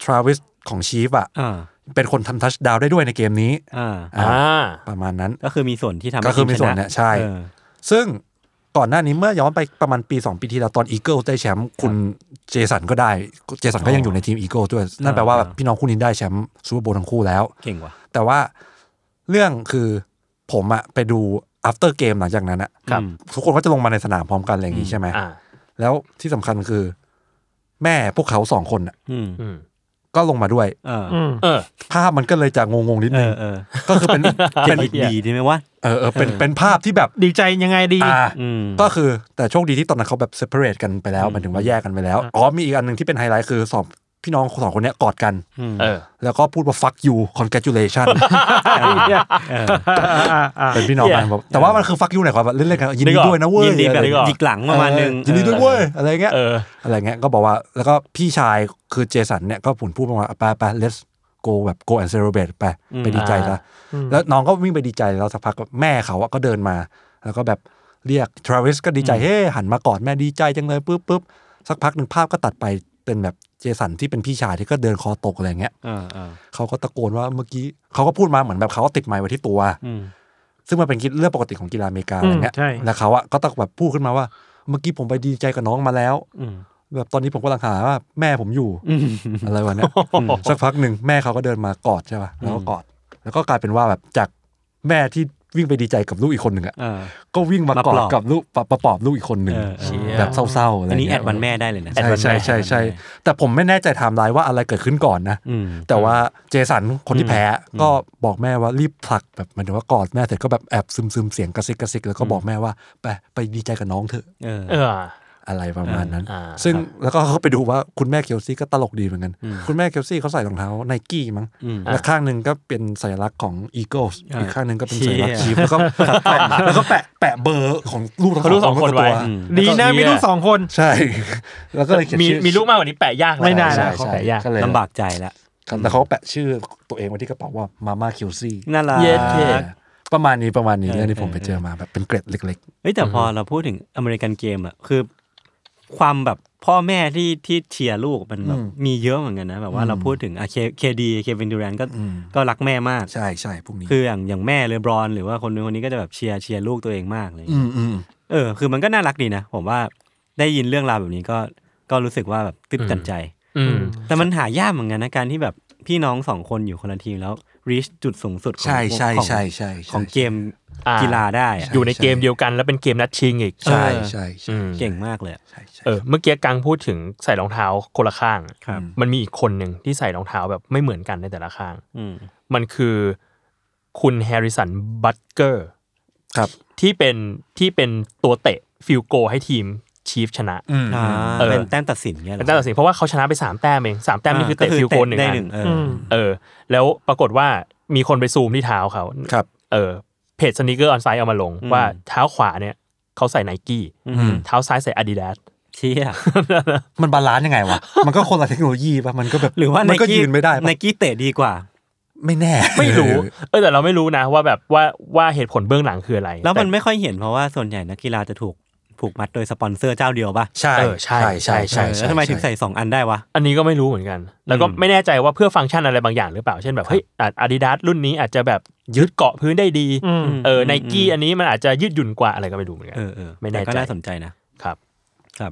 [SPEAKER 4] ทราวิสของชีฟอ่ะ
[SPEAKER 2] อ่า
[SPEAKER 4] เป็นคนทำทัชดาวได้ด้วยในเกมนี้
[SPEAKER 2] อ่า
[SPEAKER 4] อ่า
[SPEAKER 3] อ่า
[SPEAKER 4] ประมาณนั้น
[SPEAKER 2] ก็คือมีส่วนที่ทำให้
[SPEAKER 4] ก็คือมี
[SPEAKER 2] ทีชะ
[SPEAKER 4] ส่วนเนี่ยใช่
[SPEAKER 2] เออ
[SPEAKER 4] ซึ่งก่อนหน้านี้เมื่อย้อนไปประมาณปี 2 ปีที่แล้วตอนอีเกิลได้แชมป์คุณเจสันก็ได้ เจสันก็ยังอยู่ในทีมอีเกิลด้วย นั่นแปลว่า
[SPEAKER 2] อ่า
[SPEAKER 4] พี่น้องคู่นี้ได้แชมป์ซูเปอร์โบว์ทั้งคู่แล้ว
[SPEAKER 2] เก่งว่ะ
[SPEAKER 4] แต่ว่าเรื่องคือผมอะไปดู after game หลังจากนั้นอะ
[SPEAKER 3] ครับ
[SPEAKER 4] ทุกคนก็จะลงมาในสนามพร้อมกันอะไรอย่างนี้ใช่ไหม
[SPEAKER 3] อ่า
[SPEAKER 4] แล้วที่สำคัญคือ แม่พวกเขาสองคนอะ
[SPEAKER 2] อืม
[SPEAKER 3] อืม
[SPEAKER 4] ก็ลงมาด้วย
[SPEAKER 2] เออ
[SPEAKER 5] อืม
[SPEAKER 3] เออ
[SPEAKER 4] ภาพมันก็เลยจะงงงๆนิด
[SPEAKER 2] เอ
[SPEAKER 4] นึง
[SPEAKER 2] อเออ
[SPEAKER 4] ก็คือเป็น
[SPEAKER 2] เป็
[SPEAKER 4] เป็น น
[SPEAKER 2] อีกดีดีไหมวะ
[SPEAKER 4] เออเออเป็นเป็นภาพที่แบบ
[SPEAKER 5] ดีใจยังไงดี
[SPEAKER 4] อ่า
[SPEAKER 2] อืม
[SPEAKER 4] ก็คือแต่โชคดีที่ตอนนั้นเขาแบบ separate กันไปแล้วหมายถึงว่าแยกกันไปแล้ว อ๋อมีอีกอันหนึ่งที่เป็นไฮไลท์คือสอบ พี่น้องสองคนเนี้ยกอดกัน
[SPEAKER 3] เออ
[SPEAKER 4] แล้วก็พูดว่า fuck you congratulation เป็นพี่น้องกัน
[SPEAKER 3] เหี้ย
[SPEAKER 4] แบบแต่ว่ามันคือ fuck you ไหนอยความแบบเล่นๆกันยิน
[SPEAKER 3] นึ
[SPEAKER 4] ดี
[SPEAKER 3] กออก
[SPEAKER 4] ด้วยนะเว้ย
[SPEAKER 2] ยินดีแบบ
[SPEAKER 4] อะไร
[SPEAKER 3] นึกออก
[SPEAKER 2] จิกหลังประมาณนึง
[SPEAKER 4] เออยินดีด้วยเว้ยอะไรเงี้ย
[SPEAKER 3] เออ
[SPEAKER 4] อะไรเงี้ยก็บอกว่าแล้วก็พี่ชายคือเจสันเนี่ยก็ผุนพูดมาว่าไปไป let's go แบบ go and celebrate ไปไปดีใจซะแล้วน้องก็วิ่งไปดีใจแล้วสักพักก็แม่เขาอะก็เดินมา แล้วก็แบบเรียกทราวิสก็ดีใจเฮ้หันมากอดแม่ดีใจจังเลยปุ๊บปุ๊บสักพักหนึ่งภาพก็ตัดไปเป็นแบบเจสันที่เป็นพี่ชายที่ก็เดินคอตกอะไรเงี้ย
[SPEAKER 2] เออเออ
[SPEAKER 4] เขาก็ตะโกนว่าเมื่อกี้เขาก็พูดมาเหมือนแบบเขาก็ติดไมค์ไว้ที่ตัว
[SPEAKER 2] อืม
[SPEAKER 4] ซึ่งมันเป็นเรื่องปกติของกีฬาอเมริกาอะไรเงี้ย
[SPEAKER 5] อืมใช่
[SPEAKER 4] แล้วเขาอะก็ตะแบบพูดขึ้นมาว่า เมื่อกี้ผมไปดีใจกับน้องมาแล้ว
[SPEAKER 2] อืม
[SPEAKER 4] แบบตอนนี้ผมกำลังหาว่าแม่ผมอยู่
[SPEAKER 2] อืม
[SPEAKER 4] อะไรวะเนี่ยสักพักหนึ่งแม่เขาก็เดินมากอดใช่ป่ะแล้วก็
[SPEAKER 2] อืม
[SPEAKER 4] กอด แล้วก็กลายเป็นว่าแบบจากแม่ที่วิ่งไปดีใจกับลูกอีกคนหนึ่งอะ
[SPEAKER 2] เออ
[SPEAKER 4] ก็วิ่งมา
[SPEAKER 2] มาป
[SPEAKER 4] ก
[SPEAKER 2] ล
[SPEAKER 4] อ
[SPEAKER 2] อบ
[SPEAKER 4] ดกับลูกปะประปอบลูกอีกคนหนึ่ง
[SPEAKER 2] เออเออ
[SPEAKER 4] แบบเศร้าๆอะไร
[SPEAKER 2] อันนี้แอ
[SPEAKER 4] เงี้ย
[SPEAKER 2] ดวันแม่ได้เลยนะ
[SPEAKER 4] ใช่ใช่ใช่ใช่แต่ผมไม่แน่ใจไทม์ไลน์ว่าอะไรเกิดขึ้นก่อนนะ
[SPEAKER 2] อืม
[SPEAKER 4] แต่ว่าเจสันคนที่
[SPEAKER 2] อืม
[SPEAKER 4] แพ้
[SPEAKER 2] อืม
[SPEAKER 4] ก็บอกแม่ว่ารีบผลักแบบหมายถึงว่ากอดแม่เสร็จก็แบบแอบซึมซึมๆเสียงกระซิกกระซิกแล้วก็บอกแม่ว่าไปไปดีใจกับน้องเถอะ
[SPEAKER 2] เออ
[SPEAKER 3] เออ
[SPEAKER 4] อะไรประมาณนั้น
[SPEAKER 3] อ่า
[SPEAKER 4] ซึ่งแล้วก็เขาไปดูว่าคุณแม่เคลซี่ก็ตลกดีเหมือนกัน
[SPEAKER 2] อืม
[SPEAKER 4] คุณแม่เคลซี่เขาใส่รองเท้าไนกี้มั้ง
[SPEAKER 2] อืม
[SPEAKER 4] และข้างหนึ่งก็เป็นสัญลักษณ์ของอีเกิลส์
[SPEAKER 2] อ่า
[SPEAKER 4] อีกข้างหนึ่งก็เป็นสัญลักษณ์
[SPEAKER 2] เชี่
[SPEAKER 4] ชี
[SPEAKER 2] ย
[SPEAKER 4] ฟแล้วก็แปะแล้วก็แปะแปะเบอร์ของลูกทั้ง
[SPEAKER 3] เขาลูก
[SPEAKER 4] ส
[SPEAKER 3] ส
[SPEAKER 4] อ
[SPEAKER 3] อง ง
[SPEAKER 4] ค
[SPEAKER 3] คน น
[SPEAKER 4] ไว้
[SPEAKER 3] ไว้
[SPEAKER 4] กับตัว
[SPEAKER 5] ดีนะมีลูกสองคน
[SPEAKER 4] ใช่ แล้วก็เลยเขียน
[SPEAKER 3] มี
[SPEAKER 4] ชื่อ
[SPEAKER 3] มีลูกมากกว่านี้แปะยากแล้ว
[SPEAKER 5] ไม่ได้
[SPEAKER 4] ใช่
[SPEAKER 5] นะ
[SPEAKER 3] เขา
[SPEAKER 4] ใช่
[SPEAKER 3] แปะยาก
[SPEAKER 4] ก็เลย
[SPEAKER 2] ลำบากใจละ
[SPEAKER 4] ครับแล้วเขาก็แปะชื่อตัวเองไว้ที่กระเป๋าว่ามาม่าเคลซี่
[SPEAKER 2] น่ารัก
[SPEAKER 3] เย็ดเท่
[SPEAKER 4] อ่าประมาณนี้ประมาณนี้
[SPEAKER 2] เออ
[SPEAKER 4] เรื่องที่ผม
[SPEAKER 2] เออ
[SPEAKER 4] ไปเจอมาแบบเป็นเกร็ดเล็ก
[SPEAKER 2] เฮ้ยแต่พอเราพูดถึงอเมริกันเกมอะคือ ความแบบพ่อแม่ที่ที่เชียร์ลูกมันแบบ
[SPEAKER 4] อืม
[SPEAKER 2] มีเยอะเหมือนกันนะแบบว่าเราพูดถึงอะเคดีเควินดูแรนก็
[SPEAKER 4] อืม
[SPEAKER 2] ก็รักแม่มาก
[SPEAKER 4] ๆ ใช่ใช่พวกนี้
[SPEAKER 2] คืออย่างอย่างแม่เลบรอน หรือว่าคนนู้นคนนี้ก็จะแบบเชียร์เชียร์ลูกตัวเองมากเลย
[SPEAKER 4] อืมอืม
[SPEAKER 2] เออคือมันก็น่ารักดีนะผมว่าได้ยินเรื่องราวแบบนี้ก็ก็รู้สึกว่าแบบตื้นตันใจ
[SPEAKER 3] อืม
[SPEAKER 2] แต่มันหายากเหมือนกันนะการที่แบบพี่น้องสองคนอยู่คนละทีมแล้ว reach จุดสูงสุดของ
[SPEAKER 4] ใช่ใช่
[SPEAKER 2] ของ
[SPEAKER 4] ใช่ใช่
[SPEAKER 2] ของเกม
[SPEAKER 3] อ่า
[SPEAKER 2] กีฬาได้อะ
[SPEAKER 3] อยู่ในเกมเดียวกันแล้วเป็นเกมนัดชิงอีก
[SPEAKER 4] ใช่ใช่ใช่
[SPEAKER 3] อืม
[SPEAKER 2] เก่งมากเลยอะ
[SPEAKER 4] ใช่ใช่
[SPEAKER 3] เออ เมื่อกี้กังพูดถึงใส่รองเท้าคนละข้าง
[SPEAKER 2] ครับ
[SPEAKER 3] มันมีอีกคนหนึ่งที่ใส่รองเท้าแบบไม่เหมือนกันในแต่ละข้าง
[SPEAKER 2] อืม
[SPEAKER 3] มันคือคุณแฮร์ริสันบัตเกอร์
[SPEAKER 4] ครับ
[SPEAKER 3] ที่เป็นที่เป็นตัวเตะฟิลโกลให้ทีมชีฟชนะ
[SPEAKER 4] อืม
[SPEAKER 2] อ่า
[SPEAKER 3] เออ
[SPEAKER 2] เป็นแต้มตัดสินเงี้ยหร
[SPEAKER 3] เป็
[SPEAKER 2] อน
[SPEAKER 3] แต้มตัดสินเพราะว่าเขาชนะไป 3 แต้มเองสามแต้มนี่คือเตะ
[SPEAKER 2] า
[SPEAKER 3] ฟิลโกลหนึ่ง
[SPEAKER 2] ได้
[SPEAKER 3] อั
[SPEAKER 2] หนึ่
[SPEAKER 3] น
[SPEAKER 2] งเออ
[SPEAKER 5] อื
[SPEAKER 2] อ
[SPEAKER 5] ม
[SPEAKER 3] เออ แล้วปรากฏว่ามีคนไปซูมที่เท้าเขา
[SPEAKER 4] ครับ
[SPEAKER 3] เออเพจสนิเกอร์ออนไซต์เอามาลง ว่าเท้าขวาเนี่ยเขาใส่ไนกี้
[SPEAKER 4] ม
[SPEAKER 3] เท้าซ้ายใส่อาดิดาส
[SPEAKER 2] เชี่ย
[SPEAKER 4] มันบาลานซ์ยังไงวะ มันก็คนละเทคโนโลยีป่ะ มันก็แบบ
[SPEAKER 2] หรือว่า
[SPEAKER 4] มั
[SPEAKER 2] ไน
[SPEAKER 4] ก็
[SPEAKER 2] กี้
[SPEAKER 4] ยืนไม่ได้
[SPEAKER 2] ไน
[SPEAKER 4] ป่ะ
[SPEAKER 2] กี้เตะดีกว่า
[SPEAKER 4] ไม่แน่
[SPEAKER 3] ไม่รู้เออแต่เราไม่รู้นะว่าแบบว่าว่าเหตุผลเบื้องหลังคืออะไร
[SPEAKER 2] แล้วมัน
[SPEAKER 3] ต่
[SPEAKER 2] ไม่ค่อยเห็นเพราะว่าส่วนใหญ่นักกีฬาจะถูกผูกมัดโดยสปอนเซอร์เจ้าเดียวป่ะ
[SPEAKER 4] ใช่
[SPEAKER 3] เออใช่ใช่ใช่
[SPEAKER 2] แล้วทำไมถึงใส่สองอันได้วะ
[SPEAKER 3] อันนี้ก็ไม่รู้เหมือนกัน แล้วก็ไม่แน่ใจว่าเพื่อฟังก์ชันอะไรบางอย่างหรือเปล่าเช่นแบบเฮ้ยอาดิดาสรุ่นนี้อาจจะแบบยึดเกาะพื้นได้ดี
[SPEAKER 5] อืม
[SPEAKER 3] เออไนกี้อันนี้มันอาจจะยืดหยุ่นกว่าอะไรก็ไม่รู้เหมือนกัน
[SPEAKER 2] เออเออ
[SPEAKER 3] ไม่แน่ใจ
[SPEAKER 2] ต่ก็น่าสนใจนะ
[SPEAKER 3] ครับ
[SPEAKER 2] ครับ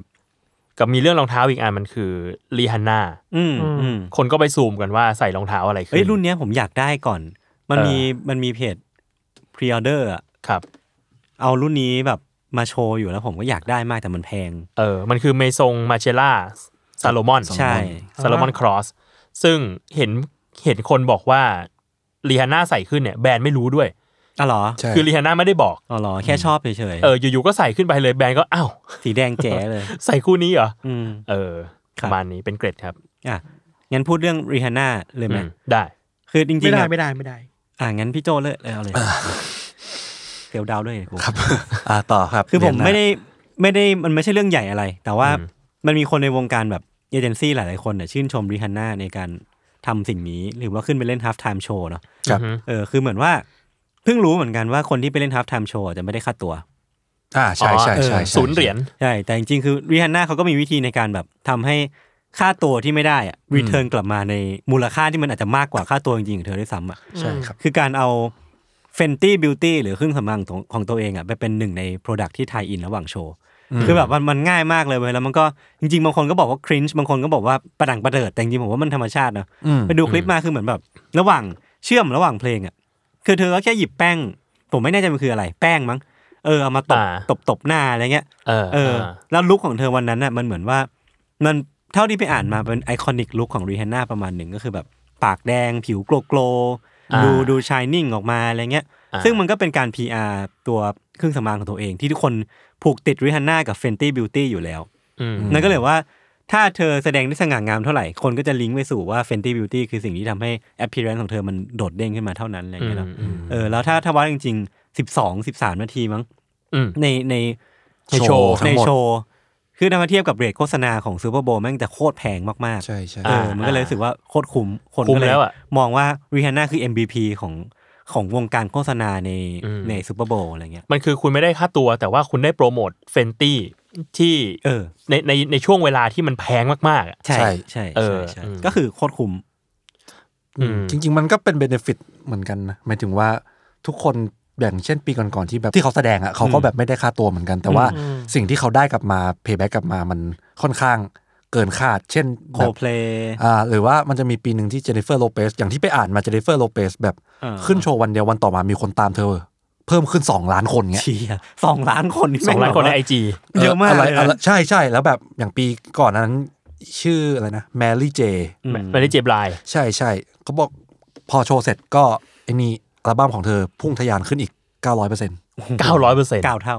[SPEAKER 3] กับมีเรื่องรองเท้าอีกอันมันคือรีฮันน่า
[SPEAKER 2] อืม
[SPEAKER 5] อืม
[SPEAKER 2] อืม
[SPEAKER 3] คนก็ไปซูมกันว่าใส่รองเท้าอะไรขึ้น
[SPEAKER 2] เอ้ยรุ่นเนี้ยผมอยากได้ก่อน มัน
[SPEAKER 3] เออ
[SPEAKER 2] มีมันมีเพจพรีออเดอร์อะ
[SPEAKER 3] ครับ
[SPEAKER 2] เอารุ่นนี้แบบมาโชว์อยู่แล้วผมก็อยากได้มากแต่มันแพง
[SPEAKER 3] เออ มันคือเมซงมาเชล่าซาโลมอน
[SPEAKER 2] ใช่
[SPEAKER 3] ซาโลมอนครอส ซึ่งเห็นเห็นคนบอกว่าลีฮาน่าใส่ขึ้นเนี่ยแบรนด์ไม่รู้ด้วย
[SPEAKER 2] อ๋อเหรอ
[SPEAKER 4] ใช่
[SPEAKER 3] คือลีฮาน่าไม่ได้บอก
[SPEAKER 2] อ๋อเหรอแค่ชอบเฉย
[SPEAKER 3] เออ อยู่ๆ ก็ใส่ขึ้นไปเลยแบรนด์ก็อ้าว
[SPEAKER 2] ๆสีแดงแจ๋เลย
[SPEAKER 3] ใส่คู่นี้เหรอ
[SPEAKER 2] อืม
[SPEAKER 3] เออ
[SPEAKER 2] ค
[SPEAKER 3] ป
[SPEAKER 2] รับ
[SPEAKER 3] ระมาณนี้เป็นเกรดครับ
[SPEAKER 2] อ่ะงั้นพูดเรื่องรีฮาน่าเลยไหม
[SPEAKER 3] อืมได้
[SPEAKER 2] คือจริงๆ
[SPEAKER 5] ไม่ได้
[SPEAKER 2] อะ
[SPEAKER 5] ไม่ได้ไม่ได้
[SPEAKER 2] อ่างั้นพี่โจเลยเอาเลยเฟลดาวด้วยกู
[SPEAKER 4] อ่าต่อครับ
[SPEAKER 2] คือผม
[SPEAKER 4] เรียนนะ
[SPEAKER 2] ไม่ได้ไม่ได้มันไม่ใช่เรื่องใหญ่อะไร แต่ว่ามันมีคนในวงการแบบเอเจนซี่หลายๆคนเนี่ยชื่นชมริฮันน่าในการทำสิ่งนี้ หรือว่าขึ้นไปเล่น half time show เนาะ
[SPEAKER 4] ครับ
[SPEAKER 3] อืม
[SPEAKER 2] เออคือเหมือนว่าเพิ่งรู้เหมือนกันว่าคนที่ไปเล่น half time show จะไม่ได้ค่าตัว
[SPEAKER 4] อ่าใช่ใช่
[SPEAKER 3] อ๋อ
[SPEAKER 4] ใช่
[SPEAKER 3] เออ
[SPEAKER 4] ใช่
[SPEAKER 3] ศูนย์เหรียญ
[SPEAKER 2] ใช่ แต่จริงๆ คือริฮันน่าเขาก็มีวิธีในการแบบทำให้ค่าตัวที่ไม่ได้อะรีเทิร์นกลับมาในมูลค่าที่มันอาจจะมากกว่าค่าตัวจริงๆของเธอด้วยซ้ำอ่ะ
[SPEAKER 4] ใช่ครับ
[SPEAKER 2] คือการเอา Fenty Beauty หรือเครื่องสำอางของของตัวเองอ่ะไปเป็นหนึ่งใน Product ที่ทายอินระหว่างโชว์ คือแบบมันมันง่ายมากเลยเว้ยแล้วมันก็จริงๆ บางคนก็บอกว่า cringe บางคนก็บอกว่าประดังประเดิด แต่จริงๆผมว่ามันธรรมชาตินะ
[SPEAKER 4] อืม
[SPEAKER 2] ไปดูคลิปมาคือเหมือนแบบ ระหว่างเชื่อมระหว่างเพลงอ่ะคือเธอก็แค่หยิบแป้ง ผมไม่แน่ใจมันคืออะไร แป้งมั้งเออเอามาตบ
[SPEAKER 3] อ่า
[SPEAKER 2] ตบตบหน้าอะไรเงี้ย
[SPEAKER 3] เออ
[SPEAKER 2] เออ
[SPEAKER 3] อ่า
[SPEAKER 2] แล้วลุคของเธอวันนั้นน่ะมันเหมือนว่ามันเท่าที่ไปอ่านมาเป็นไอคอนิกลุคของรีฮันน่าประมาณหนึ่งก็คือแบบปากแดงผิวโกลโกล
[SPEAKER 3] า
[SPEAKER 2] ดูดูชายนิ่งออกมาอะไรเงี้ย
[SPEAKER 3] อ่า
[SPEAKER 2] ซึ่งมันก็เป็นการ PR ตัวเครื่องสำอางของตัวเอง ที่ทุกคนผูกติดรีฮันน่ากับ Fenty Beauty อยู่แล้ว
[SPEAKER 3] อืม
[SPEAKER 2] นั่นก็เลยว่า ถ้าเธอแสดงได้สง่างามเท่าไหร่ คนก็จะลิงก์ไปสู่ว่า Fenty Beauty คือสิ่งที่ทำให้ appearance ของเธอมันโดดเด้งขึ้นมาเท่านั้นอะไรอย่างเงี้ยเนอะ
[SPEAKER 3] อืมอืม
[SPEAKER 2] เออแล้วถ้าถ้าวัดจริงๆ 12 13 นาทีมั้ง
[SPEAKER 3] อืม
[SPEAKER 2] ในใน
[SPEAKER 3] ในโชว์
[SPEAKER 2] ใน
[SPEAKER 4] ทั้งหมด
[SPEAKER 2] โชว์ คือถ้ามาเทียบกับเรทโฆษณาของซูเปอร์โบว์แม่งจะโคตรแพงมากๆ
[SPEAKER 4] ใช่ใช่
[SPEAKER 2] เออมันก็เลยรู้สึกว่าโคตรคุ้ม คน
[SPEAKER 3] คุ้ม
[SPEAKER 2] ก็เลย
[SPEAKER 3] แล้วอะ
[SPEAKER 2] มองว่าริฮาน่าคือ MVP ของของวงการโฆษณาใน
[SPEAKER 3] อืม
[SPEAKER 2] ในซูเปอร์โบว์อะไรเงี้ย
[SPEAKER 3] มันคือคุณไม่ได้ค่าตัว แต่ว่าคุณได้โปรโมทเฟนตี้ที่
[SPEAKER 2] เออ
[SPEAKER 3] ในในในช่วงเวลาที่มันแพงมากๆอะ
[SPEAKER 2] ใช่ใช่
[SPEAKER 3] เอ
[SPEAKER 2] ใช่
[SPEAKER 3] อ
[SPEAKER 2] ใช่
[SPEAKER 3] อืม
[SPEAKER 2] ก็คือโคตรคุ้ม
[SPEAKER 3] อืม
[SPEAKER 4] จริง ๆ มันก็เป็นเบนฟิตเหมือนกันนะหมายถึงว่าทุกคนอย่างเช่นปีก่อนๆที่แบบที่เขาแสดงอ่ะเขาก็แบบไม่ได้ค่าตัวเหมือนกัน แต่ว่า
[SPEAKER 5] อืม
[SPEAKER 4] สิ่งที่เขาได้กลับมาเพย์แบ็กกลับมามันค่อนข้างเกินคาด เช่น
[SPEAKER 2] โค
[SPEAKER 4] แบบ
[SPEAKER 2] เพลย์
[SPEAKER 4] อ่าหรือว่ามันจะมีปีหนึ่งที่เจเนฟเฟอร์โลเปสอย่างที่ไปอ่านมาเจเนฟเฟอร์โลเปสแบบ
[SPEAKER 2] อ่า
[SPEAKER 4] ขึ้นโชว์วันเดียววันต่อมามีคนตามเธอ เพิ่มขึ้น 2 ล้านคนเงี้ย
[SPEAKER 2] เชียสองล้านคนนี่
[SPEAKER 3] สองล้านคนใน
[SPEAKER 2] แม่แบ
[SPEAKER 3] ไอ
[SPEAKER 2] บว่
[SPEAKER 3] จี
[SPEAKER 2] เยอะมาก
[SPEAKER 4] ไร
[SPEAKER 2] เลยนะ
[SPEAKER 4] ไรใช่ใช่แล้วแบบอย่างปีก่อนนั้น ชื่ออะไรนะแมรี่เจ
[SPEAKER 2] อืม
[SPEAKER 3] ไม่ได้เจ็บลาย
[SPEAKER 4] ใช่ใช่เขาบอกพอโชว์เสร็จก็ไอ้นี่อัลบั้มของเธอพุ่งทะยานขึ้นอีก 900%
[SPEAKER 3] 900%
[SPEAKER 2] เก้าเท่า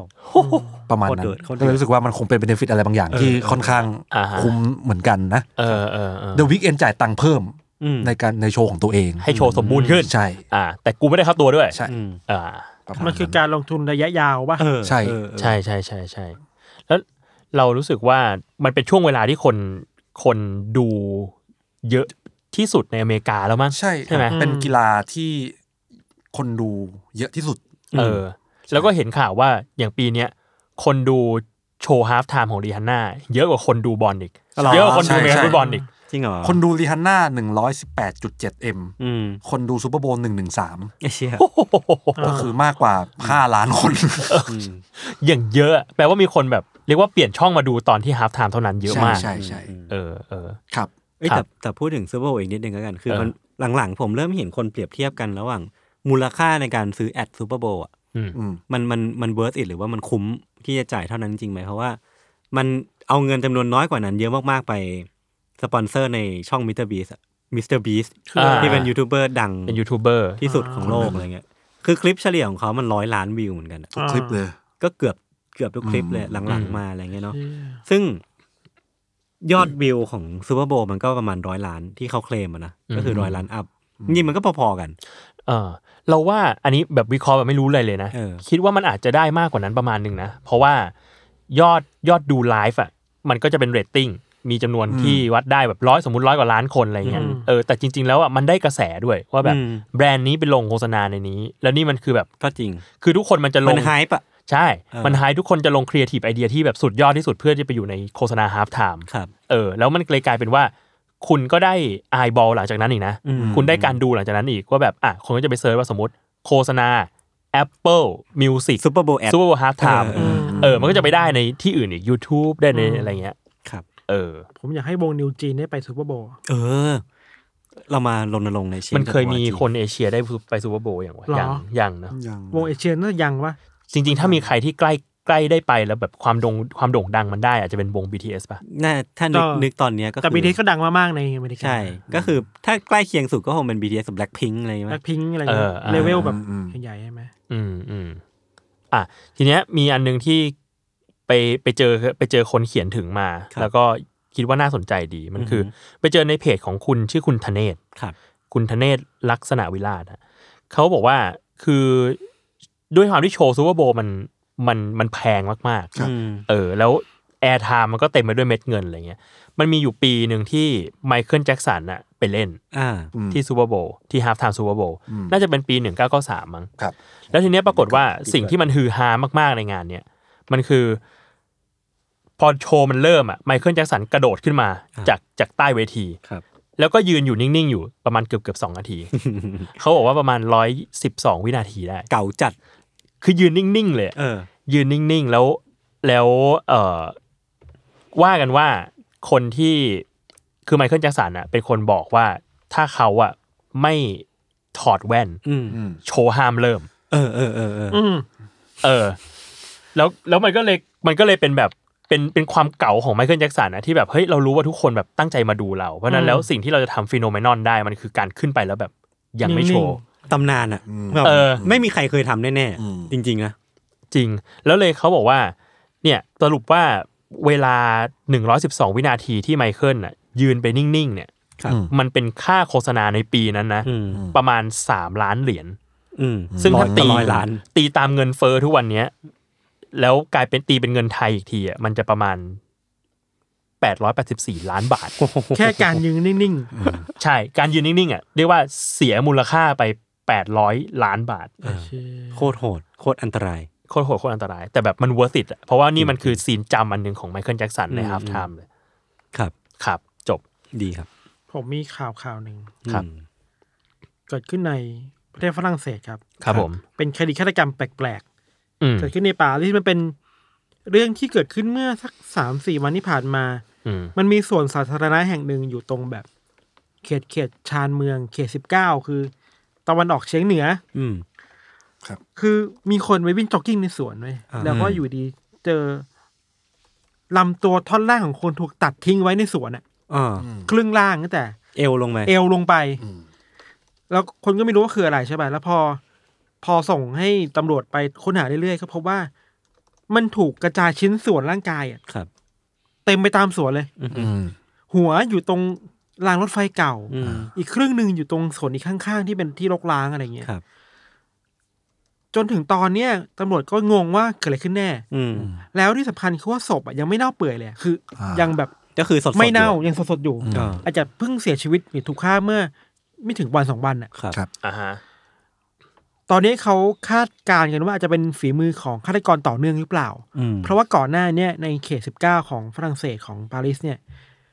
[SPEAKER 4] ประมาณ
[SPEAKER 2] โคตร
[SPEAKER 4] นั้น
[SPEAKER 2] เดือดโคตรเดื
[SPEAKER 4] ก็
[SPEAKER 2] อด
[SPEAKER 4] เลยรู้สึกว่ามันคงเป็นเบนฟิตอะไรบางอย่าง
[SPEAKER 2] เออ
[SPEAKER 4] ที่ค่อนข้าง
[SPEAKER 3] อ่าฮะ
[SPEAKER 4] คุ้มเหมือนกันนะ
[SPEAKER 3] เออเออเออ
[SPEAKER 4] เดอะวิกเอนจ่ายตังค์เพิ่ม
[SPEAKER 2] อืม
[SPEAKER 4] ในการในโชว์ของตัวเอง
[SPEAKER 3] ให้โชว์สมบูรณ์ขึ้น
[SPEAKER 4] ใช่
[SPEAKER 3] อ่า แต่กูไม่ได้ค่าตัวด้วย
[SPEAKER 4] ใช่
[SPEAKER 2] อืม
[SPEAKER 3] อ่า
[SPEAKER 4] ประาณ
[SPEAKER 5] มันคือการลงทุนระยะยาวป่ะ
[SPEAKER 2] เออ
[SPEAKER 4] ใช่
[SPEAKER 2] เออเออ
[SPEAKER 3] ใช่ใช่ใช่ใช่แล้วเรารู้สึกว่ามันเป็นช่วงเวลาที่คนคนดูเยอะที่สุดในอเมริกาแล้วมั้ง
[SPEAKER 4] ใช่
[SPEAKER 3] ใช่ไหม
[SPEAKER 4] เป็น
[SPEAKER 5] อืม
[SPEAKER 4] กีฬาที่คนดูเยอะที่สุด
[SPEAKER 3] เออ แล้วก็เห็นข่าวว่าอย่างปีเนี้ยคนดูโชว์ฮาล์ฟไทม์ของรีฮันน่าเยอะกว่าคนดูบอลอีก เยอะกว่าคนดูเม
[SPEAKER 4] ใช่
[SPEAKER 3] ฟุตบอลอีก
[SPEAKER 2] จริงเหรอ
[SPEAKER 4] คนดูรีฮันน่าหนึ่งร้อยสิบแปดจุดเจ็ดเอ็ม
[SPEAKER 2] อืม
[SPEAKER 4] คนดูซูเปอร์โบว์หนึ่งหนึ่งสาม
[SPEAKER 2] ไอเชีย
[SPEAKER 4] ก็คือมากกว่าห้าล้านคน
[SPEAKER 3] อย่างเยอะแปลว่ามีคนแบบเรียกว่าเปลี่ยนช่องมาดูตอนที่ฮาล์ฟไทม์เท่านั้นเยอะ
[SPEAKER 4] ใช่
[SPEAKER 3] มาก
[SPEAKER 4] ใช่ใช่
[SPEAKER 3] เออเออ
[SPEAKER 4] ครับ
[SPEAKER 2] เอ้ย
[SPEAKER 3] ครั
[SPEAKER 2] แต่
[SPEAKER 3] บ
[SPEAKER 2] แต่พูดถึงซูเปอร์โบว์อีกนิดนึงแล้วกัน คือ
[SPEAKER 3] เออ
[SPEAKER 2] มันหลังๆ ผมเริ่มเห็นคนเปรียบเทียบกันระหว่างมูลค่าในการซื้อแอดซูเปอร์โบว์อะ
[SPEAKER 3] อืม
[SPEAKER 4] อืม
[SPEAKER 2] มันมันมันเวิร์ it หรือว่ามันคุ้มที่จะจ่ายเท่านั้นจริงไหมเพราะว่า มันเอาเงินจำนวนน้อยกว่านั้นเยอะมากๆไป สปอนเซอร์ในช่องมิสเตอร์บีสมิสเตอร์บีส
[SPEAKER 3] อ่า
[SPEAKER 2] ที่เป็นยูทูบเบอร์ดัง
[SPEAKER 3] เป็นยูทูบเบอร์
[SPEAKER 2] ที่สุดของโลกอะไรเงี้ยคือคลิปเฉลี่ยของเขามันร้อยล้านวิวเหมือนกันอะ
[SPEAKER 4] ทุกคลิปเลย
[SPEAKER 2] ก็เกือบเกือบทุกคลิปเลย
[SPEAKER 4] อืม
[SPEAKER 2] หลัง
[SPEAKER 3] อืม
[SPEAKER 2] ๆมาอะไรเงี้ยเนาะซึ่งยอดวิวของซูเปอร์โบมันก็ประมาณร้อยล้านที่เขาเคลมอะนะก็คือร้อยล้านอัพนี่มันก็พอๆกัน
[SPEAKER 3] เออเราว่าอันนี้แบบวิเคราะห์แบบไม่รู้อะไรเลยนะ
[SPEAKER 2] เออ
[SPEAKER 3] คิดว่ามันอาจจะได้มากกว่านั้นประมาณหนึ่งนะ เพราะว่ายอดยอดดูไลฟ์อ่ะมันก็จะเป็นเรตติ้งมีจำนวนที่วัดได้แบบร้อยสมมติร้อยกว่าล้านคนอะไรเงี้ย
[SPEAKER 5] อืม
[SPEAKER 3] เออแต่จริง ๆ แล้วอ่ะมันได้กระแสด้วยว่าแบบ
[SPEAKER 2] อืม
[SPEAKER 3] แบรนด์นี้ไปลงโฆษณาในนี้ แล้วนี่มันคือแบบ
[SPEAKER 2] ก็จริง
[SPEAKER 3] คือทุกคนมันจะล
[SPEAKER 2] มั
[SPEAKER 3] ง
[SPEAKER 2] นไฮปะ
[SPEAKER 3] ใช่
[SPEAKER 2] เออ
[SPEAKER 3] มันไฮทุกคนจะลงครีเอทีฟไอเดียที่แบบสุดยอดที่สุดเพื่อที่ไปอยู่ในโฆษณาฮาร์ฟไทม์
[SPEAKER 2] ครับ
[SPEAKER 3] เออแล้วมันเลยกลายเป็นว่า คุณก็ได้ไอบอลหลังจากนั้นอีกนะ
[SPEAKER 2] อืม
[SPEAKER 3] คุณได้การดูหลังจากนั้นอีกว่าแบบอ่ะคนก็จะไปเซิร์ชว่าสมมติโฆษณา Apple Music
[SPEAKER 2] ซูเปอร์โบแอด
[SPEAKER 3] ซูเปอร์ฮาร์ดไทม์
[SPEAKER 2] เออ
[SPEAKER 3] เออ มันก็จะไปได้ในที่อื่นอีก YouTube ได้ในอะไรเงี้ย
[SPEAKER 2] ครับ
[SPEAKER 3] เออ
[SPEAKER 5] ผมอยากให้วงนิวจีนได้ไปซูเปอร์โบว์
[SPEAKER 2] เออ เรามารณรงค์ในเชน
[SPEAKER 3] มันเคยมี
[SPEAKER 2] กับ YG
[SPEAKER 3] คนเอเชียได้ไปซูเปอร์โบว์อย่างวะ
[SPEAKER 5] หรอ
[SPEAKER 3] ยังยังเนอะ
[SPEAKER 4] ยัง
[SPEAKER 5] วงเอเชียน่าจะยังวะ
[SPEAKER 3] จริง ๆ ถ้ามีใครที่ใกล้ใกล้ได้ไปแล้วแบบความโดงความโด่งดังมันได้อาจจะเป็นวง BTS ป่ะ
[SPEAKER 2] น่าถ้านึกนึกตอนเนี้ยก็
[SPEAKER 5] แต่
[SPEAKER 2] คือ
[SPEAKER 5] บีเทสก็ดังมามากในอเมริกา
[SPEAKER 2] ใช่ ก็คือถ้าใกล้เคียงสุดก็คงเป็น BTS กับ Blackpink อะไรไหม
[SPEAKER 5] แบล็คพิงอะไร
[SPEAKER 3] เอ
[SPEAKER 5] เงี้
[SPEAKER 3] อย อ่า
[SPEAKER 5] เลเวลแบบใหญ่ๆใช่ไหม
[SPEAKER 3] อืมอืมอ่ะทีเนี้ยมีอันหนึงที่ไปไปเจอไปเจอคนเขียนถึงมา แล้วก็คิดว่าน่าสนใจดีมันคือ ไปเจอในเพจของคุณชื่อคุณธเนศ
[SPEAKER 2] ครับ
[SPEAKER 3] คุณธเนศลักษณะวิราชอะเขาบอกว่าคือด้วยความที่โชว์ซูเปอร์โบว์มันมันมันแพงมาก
[SPEAKER 2] อืม
[SPEAKER 3] ๆ เออ แล้วแอร์ไทม์มันก็เต็มไปด้วยเม็ดเงินอะไรเงี้ยมันมีอยู่ปีหนึ่งที่ไมเคิลแจ็คสันอะไปเล่น
[SPEAKER 2] อ่า
[SPEAKER 3] ที่ซูเปอร์โบว์ที่ฮา l ์ t ไทม์ซูเปอร์โบว์น่าจะเป็นปี 1993 มั้ง
[SPEAKER 4] ครับ
[SPEAKER 3] แล้วทีเนี้ยปรากฏว่าสิ่งที่มันฮือฮามากๆในงานเนี่ย มันคือ พอโชว์มันเริ่มอะไมเคิลแจ็คสันกระโดดขึ้นมาจากจากใต้เวที
[SPEAKER 2] ครับ
[SPEAKER 3] แล้วก็ยืนอยู่นิ่ง ๆ อยู่ประมาณเกือบเกือบสองนาที เขาบอกว่าประมาณร้อยสิบสองวินาทีได้
[SPEAKER 2] เก่าจัด
[SPEAKER 3] คือยืนนิ่ง ๆ เลยอะ
[SPEAKER 2] เออ
[SPEAKER 3] ยืนนิ่ง ๆ แล้วแล้วเออว่ากันว่าคนที่คือไมเคิลแจ็คสันอะเป็นคนบอกว่าถ้าเขาอะไม่ถอดแว่น
[SPEAKER 2] อืม
[SPEAKER 3] โชว์ห้ามเริ่ม
[SPEAKER 2] เออเออเออเออ
[SPEAKER 5] อืม
[SPEAKER 3] เออ แล้วแล้วมันก็เลยมันก็เลยเป็นแบบเป็นเป็นความเก่าของไมเคิลแจ็คสันนะที่แบบเฮ้ยเรารู้ว่าทุกคนแบบตั้งใจมาดูเราเพราะฉะนั้นแล้วสิ่งที่เราจะทำฟีโนเมนอนได้มันคือการขึ้นไปแล้วแบบยังไม่โชว์
[SPEAKER 2] ตำนานอ่ะแบบ
[SPEAKER 3] เออ
[SPEAKER 2] ไม่มีใครเคยทำแน่
[SPEAKER 4] อืม
[SPEAKER 2] ๆ จริง ๆ นะ
[SPEAKER 3] จริง แล้วเลยเขาบอกว่า เนี่ยสรุปว่า เวลา 112 วินาทีที่ไมเคิลน่ะยืนไปนิ่ง ๆ เนี่ย
[SPEAKER 2] ครับ
[SPEAKER 3] มันเป็นค่าโฆษณาในปีนั้นนะ
[SPEAKER 2] อืม
[SPEAKER 3] ประมาณ 3 ล้านเหรียญ
[SPEAKER 2] อืม
[SPEAKER 3] ซึ่งถ้าตี
[SPEAKER 2] ร้อยล้าน
[SPEAKER 3] ตีตามเงินเฟอ้อทุกวันเนี้ย แล้วกลายเป็นตีเป็นเงินไทยอีกทีอ่ะมันจะประมาณ 884 ล้านบาท
[SPEAKER 5] แค่การยืนนิ่ง
[SPEAKER 3] ใช่ การยืนนิ่ง ๆ อ่ะ เรียกว่าเสียมูลค่าไป 800 ล้านบาท
[SPEAKER 5] ๆ
[SPEAKER 2] โคตรโหด โคตรอันตราย
[SPEAKER 3] โคตรโหดโคตรอันตราย แต่แบบมัน worth it อะเพราะว่านี่มันคือซีนจำอันหนึ่งของไมเคิลแจ็กสันใน
[SPEAKER 2] อืม
[SPEAKER 3] half time เลย
[SPEAKER 2] ครับ
[SPEAKER 3] ครับ จบ
[SPEAKER 2] ดีครับ
[SPEAKER 5] ผมมีข่าวข่าวหนึ่ง
[SPEAKER 3] ครับ
[SPEAKER 2] อืม
[SPEAKER 5] เกิดขึ้นในประเทศฝรั่งเศสครับ
[SPEAKER 3] ครับผม
[SPEAKER 5] เป็นคดีฆาตกรรมแปลก
[SPEAKER 3] อืม
[SPEAKER 5] ๆ เกิดขึ้นในป่าที่มันเป็นเรื่องที่เกิดขึ้นเมื่อสักสามสี่วันที่ผ่านมา
[SPEAKER 3] อืม
[SPEAKER 5] มันมีส่วนสาธารณะแห่งหนึ่งอยู่ตรงแบบ เขตเขตชานเมือง เขตสิบเก้าคือ ตะวันออกเฉียงเหนือ
[SPEAKER 2] อืม
[SPEAKER 5] คือมีคนไปวิ่งจ็อกกิ้งในสวนไว้ย
[SPEAKER 2] อ่า
[SPEAKER 5] แล้วก็อยู่ดีเจอลำตัวท่อนล่างของคนถูกตัดทิ้งไว้ในสวนอะ
[SPEAKER 2] อ่า
[SPEAKER 5] ครึ่งล่างตั้งแต่
[SPEAKER 2] เอวลงไหม
[SPEAKER 5] เอวลงไป แล้วคนก็ไม่รู้ว่าคืออะไรใช่ป่ะแล้วพอ พอส่งให้ตำรวจไปค้นหาเรื่อยๆก็พบว่า มันถูกกระจายชิ้นส่วนร่างกายอะ
[SPEAKER 2] ครับ
[SPEAKER 5] เต็มไปตามสวนเลย
[SPEAKER 4] อืม
[SPEAKER 5] หัวอยู่ตรงรางรถไฟเก่า
[SPEAKER 2] อืม
[SPEAKER 5] อีกครึ่งหนึ่งอยู่ตรงสวนอีกข้างๆ ที่เป็นที่รกร้างอะไรเงี้ย
[SPEAKER 2] ครับ
[SPEAKER 5] จนถึงตอนเนี้ยตำรวจก็งงว่าเกิดอะไรขึ้นแน่
[SPEAKER 2] อืม
[SPEAKER 5] แล้วที่สำคัญคือว่าศพอะยังไม่เน่าเปื่อยเลยอะคืออา
[SPEAKER 4] ยั
[SPEAKER 5] ยังแบบ
[SPEAKER 2] ก็คือสดๆ
[SPEAKER 5] ไม่เน่า
[SPEAKER 2] อยู่
[SPEAKER 5] ยังสดๆอยู่
[SPEAKER 2] อ่า
[SPEAKER 5] อาจจะเพิ่งเสียชีวิตหรือถูกฆ่าเมื่อ ไม่ถึงวันสองวันอะ
[SPEAKER 2] ครับ
[SPEAKER 4] ครับ
[SPEAKER 3] อ่าฮะ
[SPEAKER 5] ตอนนี้เขาคาดการณ์กันว่าอาจจะเป็นฝีมือของฆาตกรต่อเนื่องหรือเปล่า
[SPEAKER 2] อืม
[SPEAKER 5] เพราะว่าก่อนหน้าเนี่ยในเขต 19 ของฝรั่งเศสของปารีสเนี่ย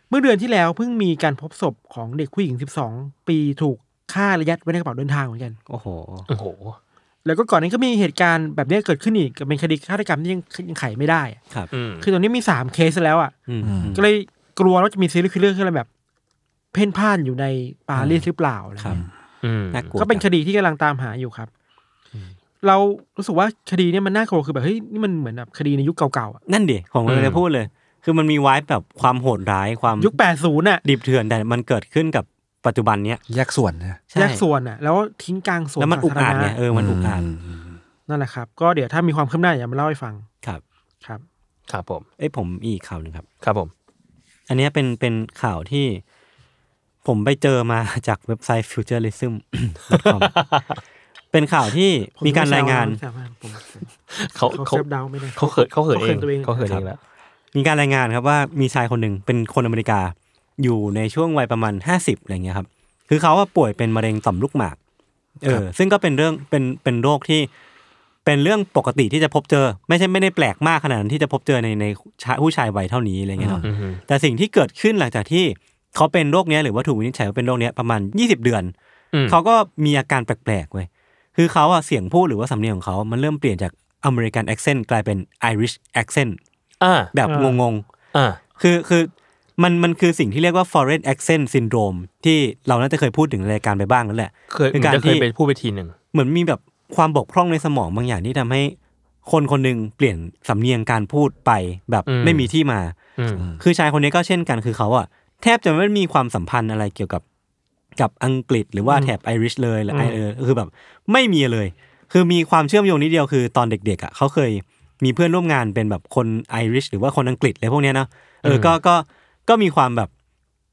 [SPEAKER 5] เมื่อเดือนที่แล้วเพิ่งมีการพบศพของเด็กผู้หญิง 12 ปีถูกฆ่าและยัดไว้ในกระเป๋าเดินทางเหมือนกัน
[SPEAKER 2] โอ้โห
[SPEAKER 3] โอ้โห
[SPEAKER 5] แล้วก็ก่อนนี้ก็มีเหตุการณ์แบบเนี้ยเกิดขึ้นอีกกับเป็นคดีฆาตกรรมที่ยังยังไขไม่ได้อะ
[SPEAKER 2] ครับ
[SPEAKER 3] อืม
[SPEAKER 5] คือตอนนี้มี 3 เคสแล้วอ่ะ
[SPEAKER 2] อืม
[SPEAKER 5] ก็เลยกลัวว่าจะมีซีรีส์คิลเลอร์ขึ้นมาแบบ เพ่นพ่านอยู่ในปารีสหรือเปล่าอะไร
[SPEAKER 2] ครับ
[SPEAKER 5] เงี้ย
[SPEAKER 3] อืม
[SPEAKER 2] น่ากลัว
[SPEAKER 5] ก็เป็นค
[SPEAKER 2] จัง
[SPEAKER 5] ดีที่กำลังตามหาอยู่ครับ เรารู้สึกว่าคดีเนี่ยมันน่ากลัวคือแบบเฮ้ยนี่มันเหมือนแบบคดีในยุคเก่าๆอะ
[SPEAKER 2] นั่นดิผมก็
[SPEAKER 3] อื
[SPEAKER 2] เล
[SPEAKER 3] ม
[SPEAKER 2] ยพูดเลย คือมันมีไว้แบบความโหดร้ายความ
[SPEAKER 5] ยุค 80น่ะ
[SPEAKER 2] ดิบเถื่อนแต่มันเกิดขึ้นกับปัจจุบันเนี้ย
[SPEAKER 4] แยกส่วนนะ
[SPEAKER 2] ใช่
[SPEAKER 5] แยกส่วนน่ะ แล้วทิ้งกลางสวน
[SPEAKER 2] แล้วมันอุกอาจ
[SPEAKER 5] สธรณะ
[SPEAKER 2] เนี่ยเออมันอุกอาจ
[SPEAKER 5] นั่นแหละครับ ก็เดี๋ยวถ้ามีความคืบหน้าอย่ามาเล่าให้ฟัง
[SPEAKER 2] ครับ
[SPEAKER 5] ครับ
[SPEAKER 3] ครับผม
[SPEAKER 2] เอ้ยผมมีอีกข่าวหนึ่งครับ
[SPEAKER 3] ครับผม
[SPEAKER 2] อันเนี้ยเป็นเป็นข่าวที่ ผมไปเจอมา จากเว็บไซต์ futurism เป็นข่าวที่
[SPEAKER 5] ผ
[SPEAKER 2] มีการรายงาน
[SPEAKER 5] ไม่ทราบว่าผม
[SPEAKER 3] เขา
[SPEAKER 5] เขา
[SPEAKER 3] เขา
[SPEAKER 5] เซฟดาวไม่ได้
[SPEAKER 3] เขาเขินเขาเขินเอง
[SPEAKER 5] เขาเขินตัวเอง
[SPEAKER 3] เขาเขินเองแล้ว
[SPEAKER 2] มีการรายงานครับว่ามีชายคนหนึ่งเป็นคนอเมริกา อยู่ในช่วงวัยประมาณห้าสิบอะไรเงี้ยครับ คือเขาว่าป่วยเป็นมะเร็งต่อมลูกหมาก เออ ซึ่งก็เป็นเรื่องเป็นเป็นโรคที่ เป็นเรื่องปกติที่จะพบเจอ ไม่ใช่ไม่ได้แปลกมากขนาดนั้นที่จะพบเจอในในชายผู้ชายวัยเท่านี้อะไรเงี้ยเนาะ
[SPEAKER 3] อืม
[SPEAKER 2] แต่สิ่งที่เกิดขึ้นหลังจากที่เขาเป็นโรคเนี้ยหรือว่าถูกวินิจฉัยว่าเป็นโรคเนี้ยประมาณ 20 เดือน
[SPEAKER 3] อืม
[SPEAKER 2] เขาก็มีอาการแปลกๆเว้ยคือเขาอะเสียงพูดหรือว่าสำเนียงของเขา มันเริ่มเปลี่ยนจากอเมริกันแอคเซนต์กลายเป็นไอริชแอคเซนต์
[SPEAKER 3] อ่า
[SPEAKER 2] แบบ
[SPEAKER 5] อ่าง
[SPEAKER 2] งง
[SPEAKER 3] อ่า
[SPEAKER 2] ๆ คือคือมันมันคือสิ่งที่เรียกว่า foreign accent syndrome ที่เราน่าจะเคยพูดถึงในรายการไปบ้างแล้วแหละ
[SPEAKER 3] เคย
[SPEAKER 2] เป็น
[SPEAKER 3] กา
[SPEAKER 2] การร
[SPEAKER 3] เคย
[SPEAKER 2] ที่
[SPEAKER 3] ไปพูดไปทีหนึ่ง
[SPEAKER 2] เหมือนมีแบบความบกพร่องในสมองบางอย่างที่ทำให้คนคนหนึ่งเปลี่ยนสำเนียงการพูดไปแบบ
[SPEAKER 3] อืม
[SPEAKER 2] ไม่มีที่มา
[SPEAKER 3] อืม
[SPEAKER 2] คือชายคนนี้ก็เช่นกันคือเขาอะแทบจะไม่มีความสัมพันธ์อะไรเกี่ยวกับกับอังกฤษ หรือว่าแถบไอริชเลยหรือไอเออคือแบบไม่มีเลย คือมีความเชื่อมโยงนิดเดียวคือตอนเด็กๆอะเขาเคยมีเพื่อนร่วมงานเป็นแบบคนไอริชหรือว่าคนอังกฤษอะไรพวกเนี้ยเนอะเออก็ก็ก็มีความแบบ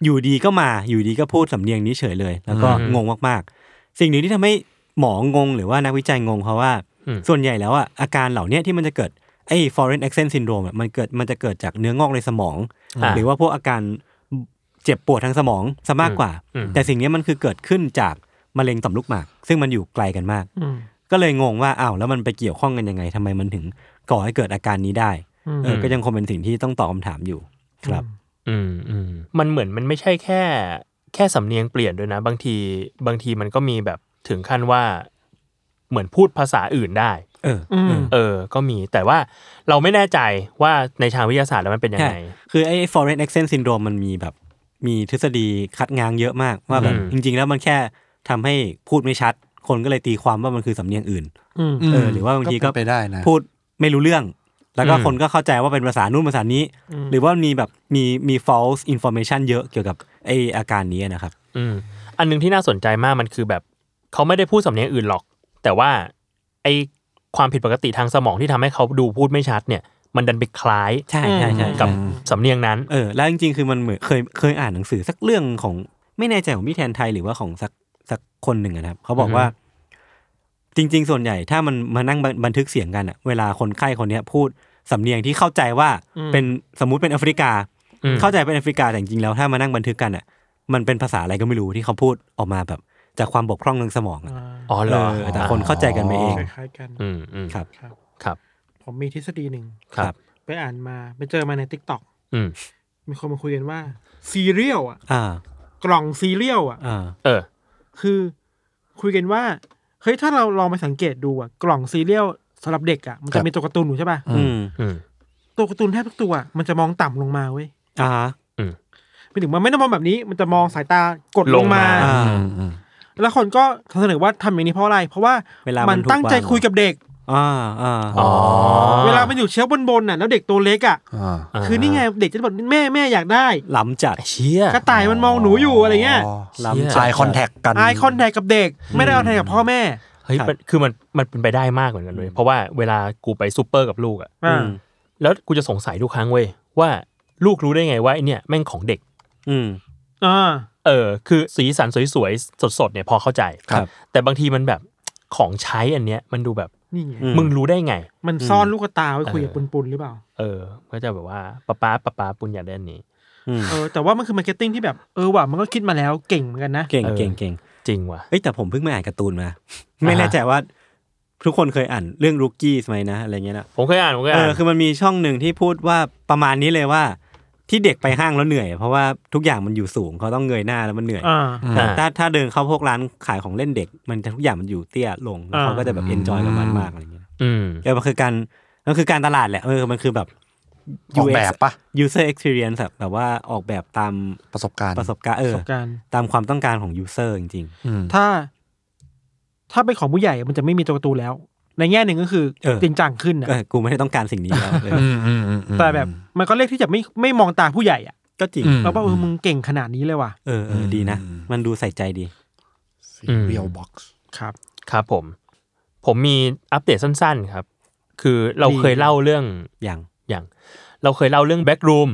[SPEAKER 2] อยู่ดีก็มาอยู่ดีก็พูดสำเนียงนี้เฉยเลย แล้วก็
[SPEAKER 3] อืม
[SPEAKER 2] งงมากๆ สิ่งหนึ่งที่ทำให้หมองงหรือว่านักวิจัยงงเพราะว่า
[SPEAKER 3] อืม
[SPEAKER 2] ส่วนใหญ่แล้วอะอาการเหล่าเนี้ยที่มันจะเกิดไอ้ foreign accent syndrome อะมันเกิดมันจะเกิดจากเนื้องอกในสมอง
[SPEAKER 3] อ่า
[SPEAKER 2] หรือว่าพวกอาการเจ็บปวดทางสมองซะมากกว่า
[SPEAKER 3] อืม
[SPEAKER 2] แต่สิ่งนี้มันคือเกิดขึ้นจากมะเร็งต่อมลูกหมาก ซึ่งมันอยู่ไกลกันมาก
[SPEAKER 5] อืม
[SPEAKER 2] ก็เลยงงว่าอ้าวแล้วมันไปเกี่ยวข้องกันยังไงทำไมมันถึงก่อให้เกิดอาการนี้ได้
[SPEAKER 5] อืม
[SPEAKER 2] เออก็ยังคงเป็นสิ่งที่ต้องตอบคำถามอยู่ครับ
[SPEAKER 3] อืมอืมมันเหมือนมันไม่ใช่แค่ แค่สำเนียงเปลี่ยนด้วยนะ บางทีบางทีมันก็มีแบบถึงขั้นว่า เหมือนพูดภาษาอื่นได้
[SPEAKER 2] เออ
[SPEAKER 5] อืม
[SPEAKER 2] เออ
[SPEAKER 3] เออ ก็มีแต่ว่าเราไม่แน่ใจว่าในทางวิทยาศาสตร์แล้วมันเป็นยัง
[SPEAKER 2] ใช่
[SPEAKER 3] ไง
[SPEAKER 2] คือไอ้ foreign accent syndrome มันมีแบบมีทฤษฎีคัดง้างเยอะมากว่าแบบ
[SPEAKER 3] อืม
[SPEAKER 2] จริง ๆ แล้วมันแค่ทำให้พูดไม่ชัด คนก็เลยตีความว่ามันคือสำเนียงอื่น
[SPEAKER 5] อืม
[SPEAKER 2] เออหรือว่าบางทีก็
[SPEAKER 4] เป็นไปได้นะ
[SPEAKER 2] พูดไม่รู้เรื่อง แล้วก็
[SPEAKER 3] อืม
[SPEAKER 2] คนก็เข้าใจว่าเป็นภาษานู่นภาษานี้
[SPEAKER 5] อืม
[SPEAKER 2] หรือว่ามีแบบมีมี false information เยอะเกี่ยวกับไออาการนี้นะครับ
[SPEAKER 3] อืมอันหนึงที่น่าสนใจมากมันคือแบบเขาไม่ได้พูดสำเนียงอื่นหรอก แต่ว่าไอความผิดปกติทางสมองที่ทำให้เขาดูพูดไม่ชัดเนี่ย มันดันไปคล้าย
[SPEAKER 2] ใช่ใช่ใช่
[SPEAKER 3] กับ
[SPEAKER 2] ใช่
[SPEAKER 3] สำเนียงนั้น
[SPEAKER 2] เออแล้วจริงๆคือมันเหมือนเคยเคยอ่านหนังสือสักเรื่องของไม่แน่ใจของพี่แทนไทยหรือว่าของสักสักคนหนึ่งอะนะครับเขาบอกว่า จริง ๆ ส่วนใหญ่ถ้ามันมานั่งบันบันทึกเสียงกันอะเวลาคนไข้คนเนี้ยพูดสำเนียงที่เข้าใจว่า
[SPEAKER 5] อืม
[SPEAKER 2] เป็นสมมุติเป็นแอฟริกา
[SPEAKER 3] อืม
[SPEAKER 2] เข้าใจเป็นแอฟริกาแต่จริงๆแล้วถ้ามานั่งบันทึกกันอะมันเป็นภาษาอะไรก็ไม่รู้ที่เขาพูดออกมาแบบ จากความบกพร่องทางสมองอะ
[SPEAKER 3] อ๋อเหรอ
[SPEAKER 2] เออแต่คนเข้าใจกันไปเอง
[SPEAKER 5] คล้ายๆกัน
[SPEAKER 3] อืมอืม
[SPEAKER 2] ครับ
[SPEAKER 5] ครับ
[SPEAKER 3] ครับ
[SPEAKER 5] ผมมีทฤษฎีหนึ่ง
[SPEAKER 3] ครับ
[SPEAKER 5] ไปอ่านมาไปเจอมาในทิกตอก
[SPEAKER 3] อืม
[SPEAKER 5] มีคนมาคุยกันว่าซีเรียลอ่ะ
[SPEAKER 2] อ่าก
[SPEAKER 5] ล่องซีเรียลอ่ะ
[SPEAKER 2] อ่า
[SPEAKER 3] เออ
[SPEAKER 5] คือคุยกันว่าเฮ้ยถ้าเราลองไปสังเกตดูอ่ะกล่องซีเรียลสำหรับเด็กอ่ะมัน
[SPEAKER 4] ครั
[SPEAKER 5] จะ
[SPEAKER 4] บ
[SPEAKER 5] มีตัวการ์ตูนอยู่ใช่ป่ะ
[SPEAKER 2] อืม
[SPEAKER 3] อืม
[SPEAKER 5] ตัวการ์ตูนแทบทุกตัวมันจะมองต่ำลงมาเว้ย
[SPEAKER 2] อ่า
[SPEAKER 5] ไม่ถึงมันไม่ได้มองแบบนี้ มันจะมองสายตากดล
[SPEAKER 3] ล
[SPEAKER 5] ง
[SPEAKER 3] ง
[SPEAKER 5] มา
[SPEAKER 3] มา
[SPEAKER 2] อ่า
[SPEAKER 4] อืมอืม
[SPEAKER 5] แล้วคนก็เสนอว่าทำอย่างนี้เพราะอะไร เพราะว่า
[SPEAKER 2] เวลามั
[SPEAKER 5] มัน น
[SPEAKER 2] ถูก
[SPEAKER 5] ตั้งใจ
[SPEAKER 2] วาง
[SPEAKER 5] คุยกับเด็ก
[SPEAKER 2] อ่าอ่า
[SPEAKER 3] อ๋อ
[SPEAKER 5] เวลามันอยู่เชลบนบนๆน่ะแล้วเด็กตัวเล็กอ่ะ
[SPEAKER 4] อ่า
[SPEAKER 5] คือนี่ไงเด็กจะแบบแม่แม่อยากได้
[SPEAKER 2] ล้ำจัด
[SPEAKER 3] เชี่ย
[SPEAKER 5] กระต่ายมันมองหนูอยู่อะไรเงี้ย
[SPEAKER 2] ล้ำ
[SPEAKER 3] เชี่ย
[SPEAKER 2] จัด
[SPEAKER 4] อายคอนแทคกัน
[SPEAKER 5] ไอคอนแทคกับเด็ก ไม่ได้เอาแทคกับพ่อแม่
[SPEAKER 3] เฮ้ย
[SPEAKER 2] ครับ
[SPEAKER 3] มันคือมันมันเป็นไปได้มากเหมือนกันเลยเพราะว่าเวลากูไปซูเปอร์กับลูกอะ
[SPEAKER 2] อืม
[SPEAKER 3] แล้วกูจะสงสัยทุกครั้งเว้ยว่าลูกรู้ได้ไงว่าไอเนี่ยแม่งของเด็ก
[SPEAKER 2] อืม
[SPEAKER 5] อ่า
[SPEAKER 3] เออ คือสีสันสวยๆสดๆเนี่ยพอเข้าใจ
[SPEAKER 2] ครับ
[SPEAKER 3] แต่บางทีมันแบบของใช้อันเนี้ยมันดูแบบ
[SPEAKER 5] นี่ไง
[SPEAKER 2] อืม
[SPEAKER 3] มึงรู้ได้ไง
[SPEAKER 5] มันซ่อนลูกตาไว้คุยกับปุนๆหรือเปล่า
[SPEAKER 3] เออ ก็จะแบบว่าป้าป้าป้าป้าปุญญาได้อันนี้
[SPEAKER 2] อืม
[SPEAKER 5] เออแต่ว่ามันคือมาร์เก็ตติ้งที่แบบเออว่ะมันก็คิดมาแล้วเก่งเหมือนกันนะ
[SPEAKER 2] เก่ง
[SPEAKER 3] เออ
[SPEAKER 2] เก่งเก่ง
[SPEAKER 3] จริงว่ะ
[SPEAKER 2] เอ้ยแต่ผมเพิ่งมาอ่านการ์ตูนมา ไม่แน่ใจว่า ทุกคนเคยอ่านเรื่อง r ูกี้ไหมนะอะไรเงี้ยนะ
[SPEAKER 3] ผมเคยอ่านผมเคย
[SPEAKER 2] เอ
[SPEAKER 3] อ่า
[SPEAKER 2] อนคือมันมีช่องหนึ่งที่พูดว่าประมาณนี้เลยว่า ที่เด็กไปห้างแล้วเหนื่อย เพราะว่าทุกอย่างมันอยู่สูงเขาต้องเงยหน้าแล้วมันเหนื่อย
[SPEAKER 5] อ่า
[SPEAKER 2] แต่ถ้าถ้าเดินเข้าพวกร้านขายของเล่นเด็ก มันจะทุกอย่างมันอยู่เตี้ยลงแล้วเขา
[SPEAKER 5] อ่า
[SPEAKER 2] ก็จะแบบเอนจอยกับมันมากอะไรเงี้ย
[SPEAKER 3] อืม
[SPEAKER 2] เออมันคือการมันคือการตลาดแหละเออมันคือแบบ
[SPEAKER 4] ออกแบบปะ
[SPEAKER 2] user experience อะแบบว่าออกแบบตาม
[SPEAKER 4] ประสบการณ์
[SPEAKER 2] ประสบการณ์เอ
[SPEAKER 5] ป
[SPEAKER 2] อ
[SPEAKER 5] ระสบการณ์
[SPEAKER 2] ตามความต้องการของ user จริง
[SPEAKER 4] อืม
[SPEAKER 5] ถ้า ถ้าเป็นของผู้ใหญ่มันจะไม่มีตัวการ์ตูนแล้ว ในแง่หนึ่งก็คือ
[SPEAKER 2] เออ
[SPEAKER 5] จริงจังขึ้น
[SPEAKER 2] ๆ
[SPEAKER 5] นะ
[SPEAKER 2] เออกูไม่ได้ต้องการสิ่งนี้แล้วเออ
[SPEAKER 4] อืมอืมอืมอืม
[SPEAKER 5] แต่แบบมันก็เรียกที่จะไม่ไม่มองตาผู้ใหญ่อะ
[SPEAKER 2] ก็จริง
[SPEAKER 4] อืม
[SPEAKER 5] แล้วว่าเออมึงเก่งขนาดนี้เลยว่ะ
[SPEAKER 2] เออเออดีนะ มันดูใส่ใจดี
[SPEAKER 4] ซีเรียลบ็อกซ์
[SPEAKER 5] ครับ
[SPEAKER 3] ครับผม ผมมีอัปเดตสั้นๆครับ คือเราเคยเล่าเรื่อง
[SPEAKER 2] อย่าง
[SPEAKER 3] อย่างเราเคยเล่าเรื่องแบ็กรูม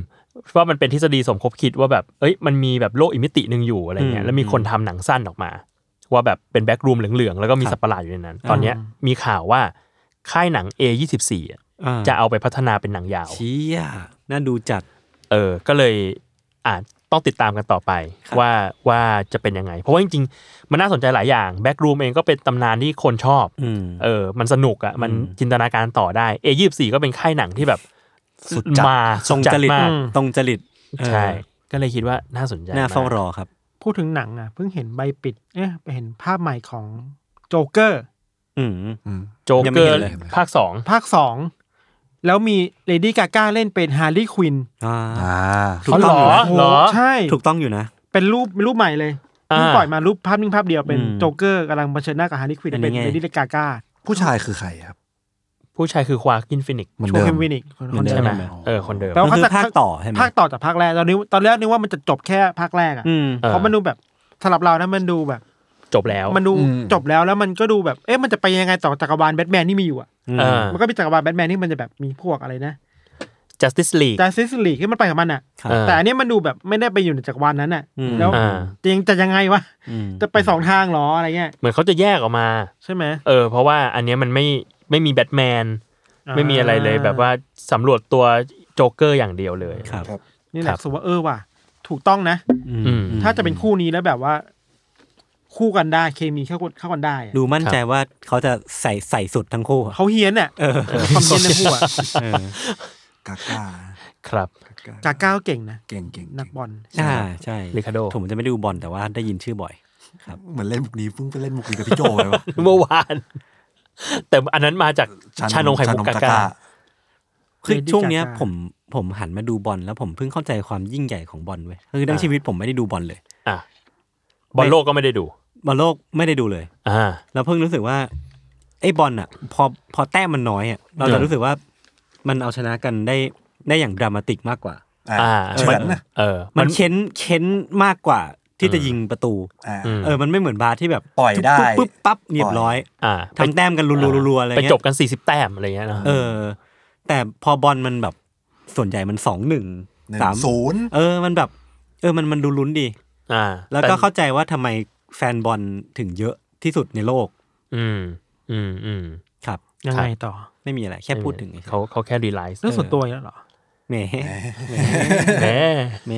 [SPEAKER 3] ว่ามันเป็นทฤษฎีสมคบคิดว่าแบบเอ้ยมันมีแบบโลกอิมิติหนึ่งอยู่อะไรเงี้
[SPEAKER 2] อื
[SPEAKER 3] ย
[SPEAKER 2] ม
[SPEAKER 3] แล้วมีคนทำหนังสั้นออกมา ว่าแบบเป็นแบ็กรูมเหลืองๆ แล้วก็มี
[SPEAKER 2] ครับ
[SPEAKER 3] สัตว์ประหลาดอยู่ในนั้น ตอนเนี้ย
[SPEAKER 2] อ่า
[SPEAKER 3] มีข่าวว่าค่ายหนัง A24 อ่ะจะเอาไปพัฒนาเป็นหนังยาว
[SPEAKER 2] เชี้อ่ะน่าดูจัด
[SPEAKER 3] เออ ก็เลยอาจต้องติดตามกันต่อไป
[SPEAKER 2] ครับ
[SPEAKER 3] ว่าว่าจะเป็นยังไง เพราะว่าจริงๆ มันน่าสนใจหลายอย่างแบ็กรูมเองก็เป็นตำนานที่คนชอบ
[SPEAKER 2] อืม
[SPEAKER 3] เออ มันสนุกอ่ะ มันจินตนาการต่อได้ A24 ก็เป็นค่ายหนังที่แบบ
[SPEAKER 4] สุดจัด
[SPEAKER 3] มา
[SPEAKER 2] ตรงจริต
[SPEAKER 3] มาก
[SPEAKER 2] ตรงจริตเออ
[SPEAKER 3] ใช่ ก็เลยคิดว่าน่าสนใจ
[SPEAKER 2] น่าม
[SPEAKER 3] ก
[SPEAKER 2] เฝ้ารอครับ
[SPEAKER 5] พูดถึงหนังอ่ะเพิ่งเห็นใบปิด เอ๊ะไปเห็นภาพใหม่ของโจเกอร์
[SPEAKER 2] อืม
[SPEAKER 4] อืม
[SPEAKER 3] โจ๊ก
[SPEAKER 2] ยัง
[SPEAKER 3] เก
[SPEAKER 2] ไม่
[SPEAKER 3] อ
[SPEAKER 2] เห็
[SPEAKER 3] ร์
[SPEAKER 2] นเลย
[SPEAKER 3] ภาคสอง
[SPEAKER 5] ภาคสองแล้วมีเลดี้กาก้าเล่นเป็นฮาร์ลีควิน
[SPEAKER 2] อ่า
[SPEAKER 4] อ่า
[SPEAKER 2] ถูกต้อง
[SPEAKER 3] อ๋อ
[SPEAKER 5] โโ
[SPEAKER 3] เหรอ
[SPEAKER 5] ใช่
[SPEAKER 2] ถูกต้องอยู่นะ
[SPEAKER 5] เป็นรูปเป็นรูปใหม่เลยเพิ่ง
[SPEAKER 3] อ่า
[SPEAKER 5] ปล่อยมารูปภาพนิ่งภาพเดียวเป็น
[SPEAKER 2] อืม
[SPEAKER 5] โจเกอร์กำลังเผชิญหน้ากับฮาร์ลีควิน
[SPEAKER 2] อันนี้
[SPEAKER 5] เป็น
[SPEAKER 2] ไง
[SPEAKER 5] เลดี้กาก้า
[SPEAKER 4] ผู้ชายคือใครครับ
[SPEAKER 3] ผู้ชายคือควากินฟินิกซ์
[SPEAKER 4] เหมือน
[SPEAKER 5] ชู
[SPEAKER 4] เดิ
[SPEAKER 5] เฮ
[SPEAKER 4] ม
[SPEAKER 5] มวินิกคน
[SPEAKER 2] เหมือนเดิ
[SPEAKER 5] เดิ
[SPEAKER 3] ใช่
[SPEAKER 5] ม
[SPEAKER 3] ไหม
[SPEAKER 4] ใช่ไหม
[SPEAKER 3] เออคนเดิม
[SPEAKER 5] แปลว่า
[SPEAKER 2] มันคือ
[SPEAKER 5] เขาจะ
[SPEAKER 2] ภาคต่อใช่ไหม
[SPEAKER 5] ภาคต่อจากภาคแรกตอนนี้ตอนแรกนึกว่ามันจะจบแค่ภาคแรกอ่ะ
[SPEAKER 2] อืม
[SPEAKER 5] เพราะมันดูแบบสำหรับเรานะมันดูแบบ
[SPEAKER 3] จบแล้ว
[SPEAKER 5] มันดู
[SPEAKER 4] อืม
[SPEAKER 5] จบแล้วแล้วมันก็ดูแบบเอ๊ะมันจะไปยังไงต่อจักรวาลแบทแมนที่มีอยู่อ่ะ
[SPEAKER 3] เออ
[SPEAKER 5] มันก็มีจักรวาลแบทแมนที่มันจะแบบมีพวกอะไรนะ
[SPEAKER 3] justice league
[SPEAKER 5] แต่ซิสลีที่มันไปกับมันอ่ะ
[SPEAKER 2] ครับ
[SPEAKER 3] เออ
[SPEAKER 5] แต่อันเนี้ยมันดูแบบไม่ได้ไปอยู่ในจักรวาลนั้นอ่ะ
[SPEAKER 2] อืม
[SPEAKER 5] แล้ว
[SPEAKER 3] อ่า
[SPEAKER 5] จริงจะยังไงวะ
[SPEAKER 2] อืม
[SPEAKER 5] จะไปสองทางเหรออะไรเงี้ย
[SPEAKER 3] เหมือนเขาจะแยกออกมา
[SPEAKER 5] ใช่ไหม
[SPEAKER 3] เออ เพราะว่าอันเนี้ยมันไม่ไม่มีแบทแมน ไม่มีอะไรเลยแบบว่าสำรวจตัวโจ๊กเกอร์อย่างเดียวเลย
[SPEAKER 2] ครับ
[SPEAKER 5] นี่แห
[SPEAKER 3] ครั
[SPEAKER 5] ละ
[SPEAKER 3] บ
[SPEAKER 5] สุว่าเออว่ะถูกต้องนะ
[SPEAKER 2] อืม
[SPEAKER 3] อืม
[SPEAKER 5] ถ้าจะเป็นคู่นี้แล้วแบบว่า คู่กันได้เคมีเข้ากันเข้ากันได้อะ
[SPEAKER 2] ดูมั่นใจว่าเขาจะใส่ใส่สุดทั้งคู่อะ
[SPEAKER 5] เขาเฮี้ยนอ่ะ
[SPEAKER 2] เออ
[SPEAKER 5] ความเฮี้ยนในคู่อ่ะ
[SPEAKER 2] เออก
[SPEAKER 4] าก้า
[SPEAKER 3] ครับ
[SPEAKER 5] กาก้าก็เก่งนะ
[SPEAKER 4] เก่งเก่ง
[SPEAKER 5] นักบอล
[SPEAKER 2] ใช่ใช่
[SPEAKER 3] Ricardo
[SPEAKER 2] ผมจะไม่ดูบอลแต่ว่าได้ยินชื่อบ่อย
[SPEAKER 4] เหมือนเล่นมุกนี้เพิ่งไปเล่นมุกนี้กับพี่โจไปวะ
[SPEAKER 3] เมื่อวาน แต่อันนั้นมาจากชานมไข่มุกกากา
[SPEAKER 2] คือ
[SPEAKER 5] เลดี้
[SPEAKER 2] ช่วงเนี้ย
[SPEAKER 5] กาก้า
[SPEAKER 2] ผมผมหันมาดูบอลแล้วผมเพิ่งเข้าใจความยิ่งใหญ่ของบอลเว้ยคือทั้งชีวิตผมไม่ได้ดูบอลเลย
[SPEAKER 3] อ่ะบอลโลกก็ไม่ได้ดู
[SPEAKER 2] บอลโลกไม่ได้ดูเลย
[SPEAKER 3] อ่า
[SPEAKER 2] เราเพิ่งรู้สึกว่าไอ้บอลอ่ะ พอพอแต้มมันน้อยอ่ะเราจะรู้สึกว่ามันเอาชนะกันได้ได้อย่างดรามาติกมากกว่า
[SPEAKER 4] อ่า
[SPEAKER 3] อ่า
[SPEAKER 4] เฉือนนะ
[SPEAKER 3] เออ
[SPEAKER 2] มันเค้นเค้นมากกว่าที่จะยิงประตู
[SPEAKER 4] อ่า
[SPEAKER 3] อืม
[SPEAKER 2] เออมันไม่เหมือนบาสที่แบบ
[SPEAKER 4] ปล่อยได้
[SPEAKER 2] ปุ๊บปุ๊บปั๊บเรียบร้อย
[SPEAKER 3] อ่า
[SPEAKER 2] ทำแต้มกันรัวๆๆๆอะไร
[SPEAKER 3] ไป
[SPEAKER 2] เงี้ย
[SPEAKER 3] จบกัน 40 แต้มอะไรเงี้ยเนอะ
[SPEAKER 2] เออ แต่พอบอลมันแบบส่วนใหญ่มันสองหนึ่ง
[SPEAKER 6] หนึ่ง
[SPEAKER 2] สาม
[SPEAKER 6] ศูนย์
[SPEAKER 2] เออมันแบบ เออมันมันดูลุ้นดี
[SPEAKER 3] อ่า
[SPEAKER 2] แล้วก็เข้าใจว่าทำไมแฟนบอลถึงเยอะที่สุดในโลก
[SPEAKER 3] อืมอืมอืม
[SPEAKER 2] ครับ
[SPEAKER 5] ยังไงต่อ
[SPEAKER 2] ไม่มีอะไรแค่พูดถึง
[SPEAKER 3] เขาเขาแค่รีไลซ์
[SPEAKER 5] เรื่องส่วนตัวอีกแล้วเหรอ
[SPEAKER 2] แหม
[SPEAKER 3] แหม
[SPEAKER 2] แหม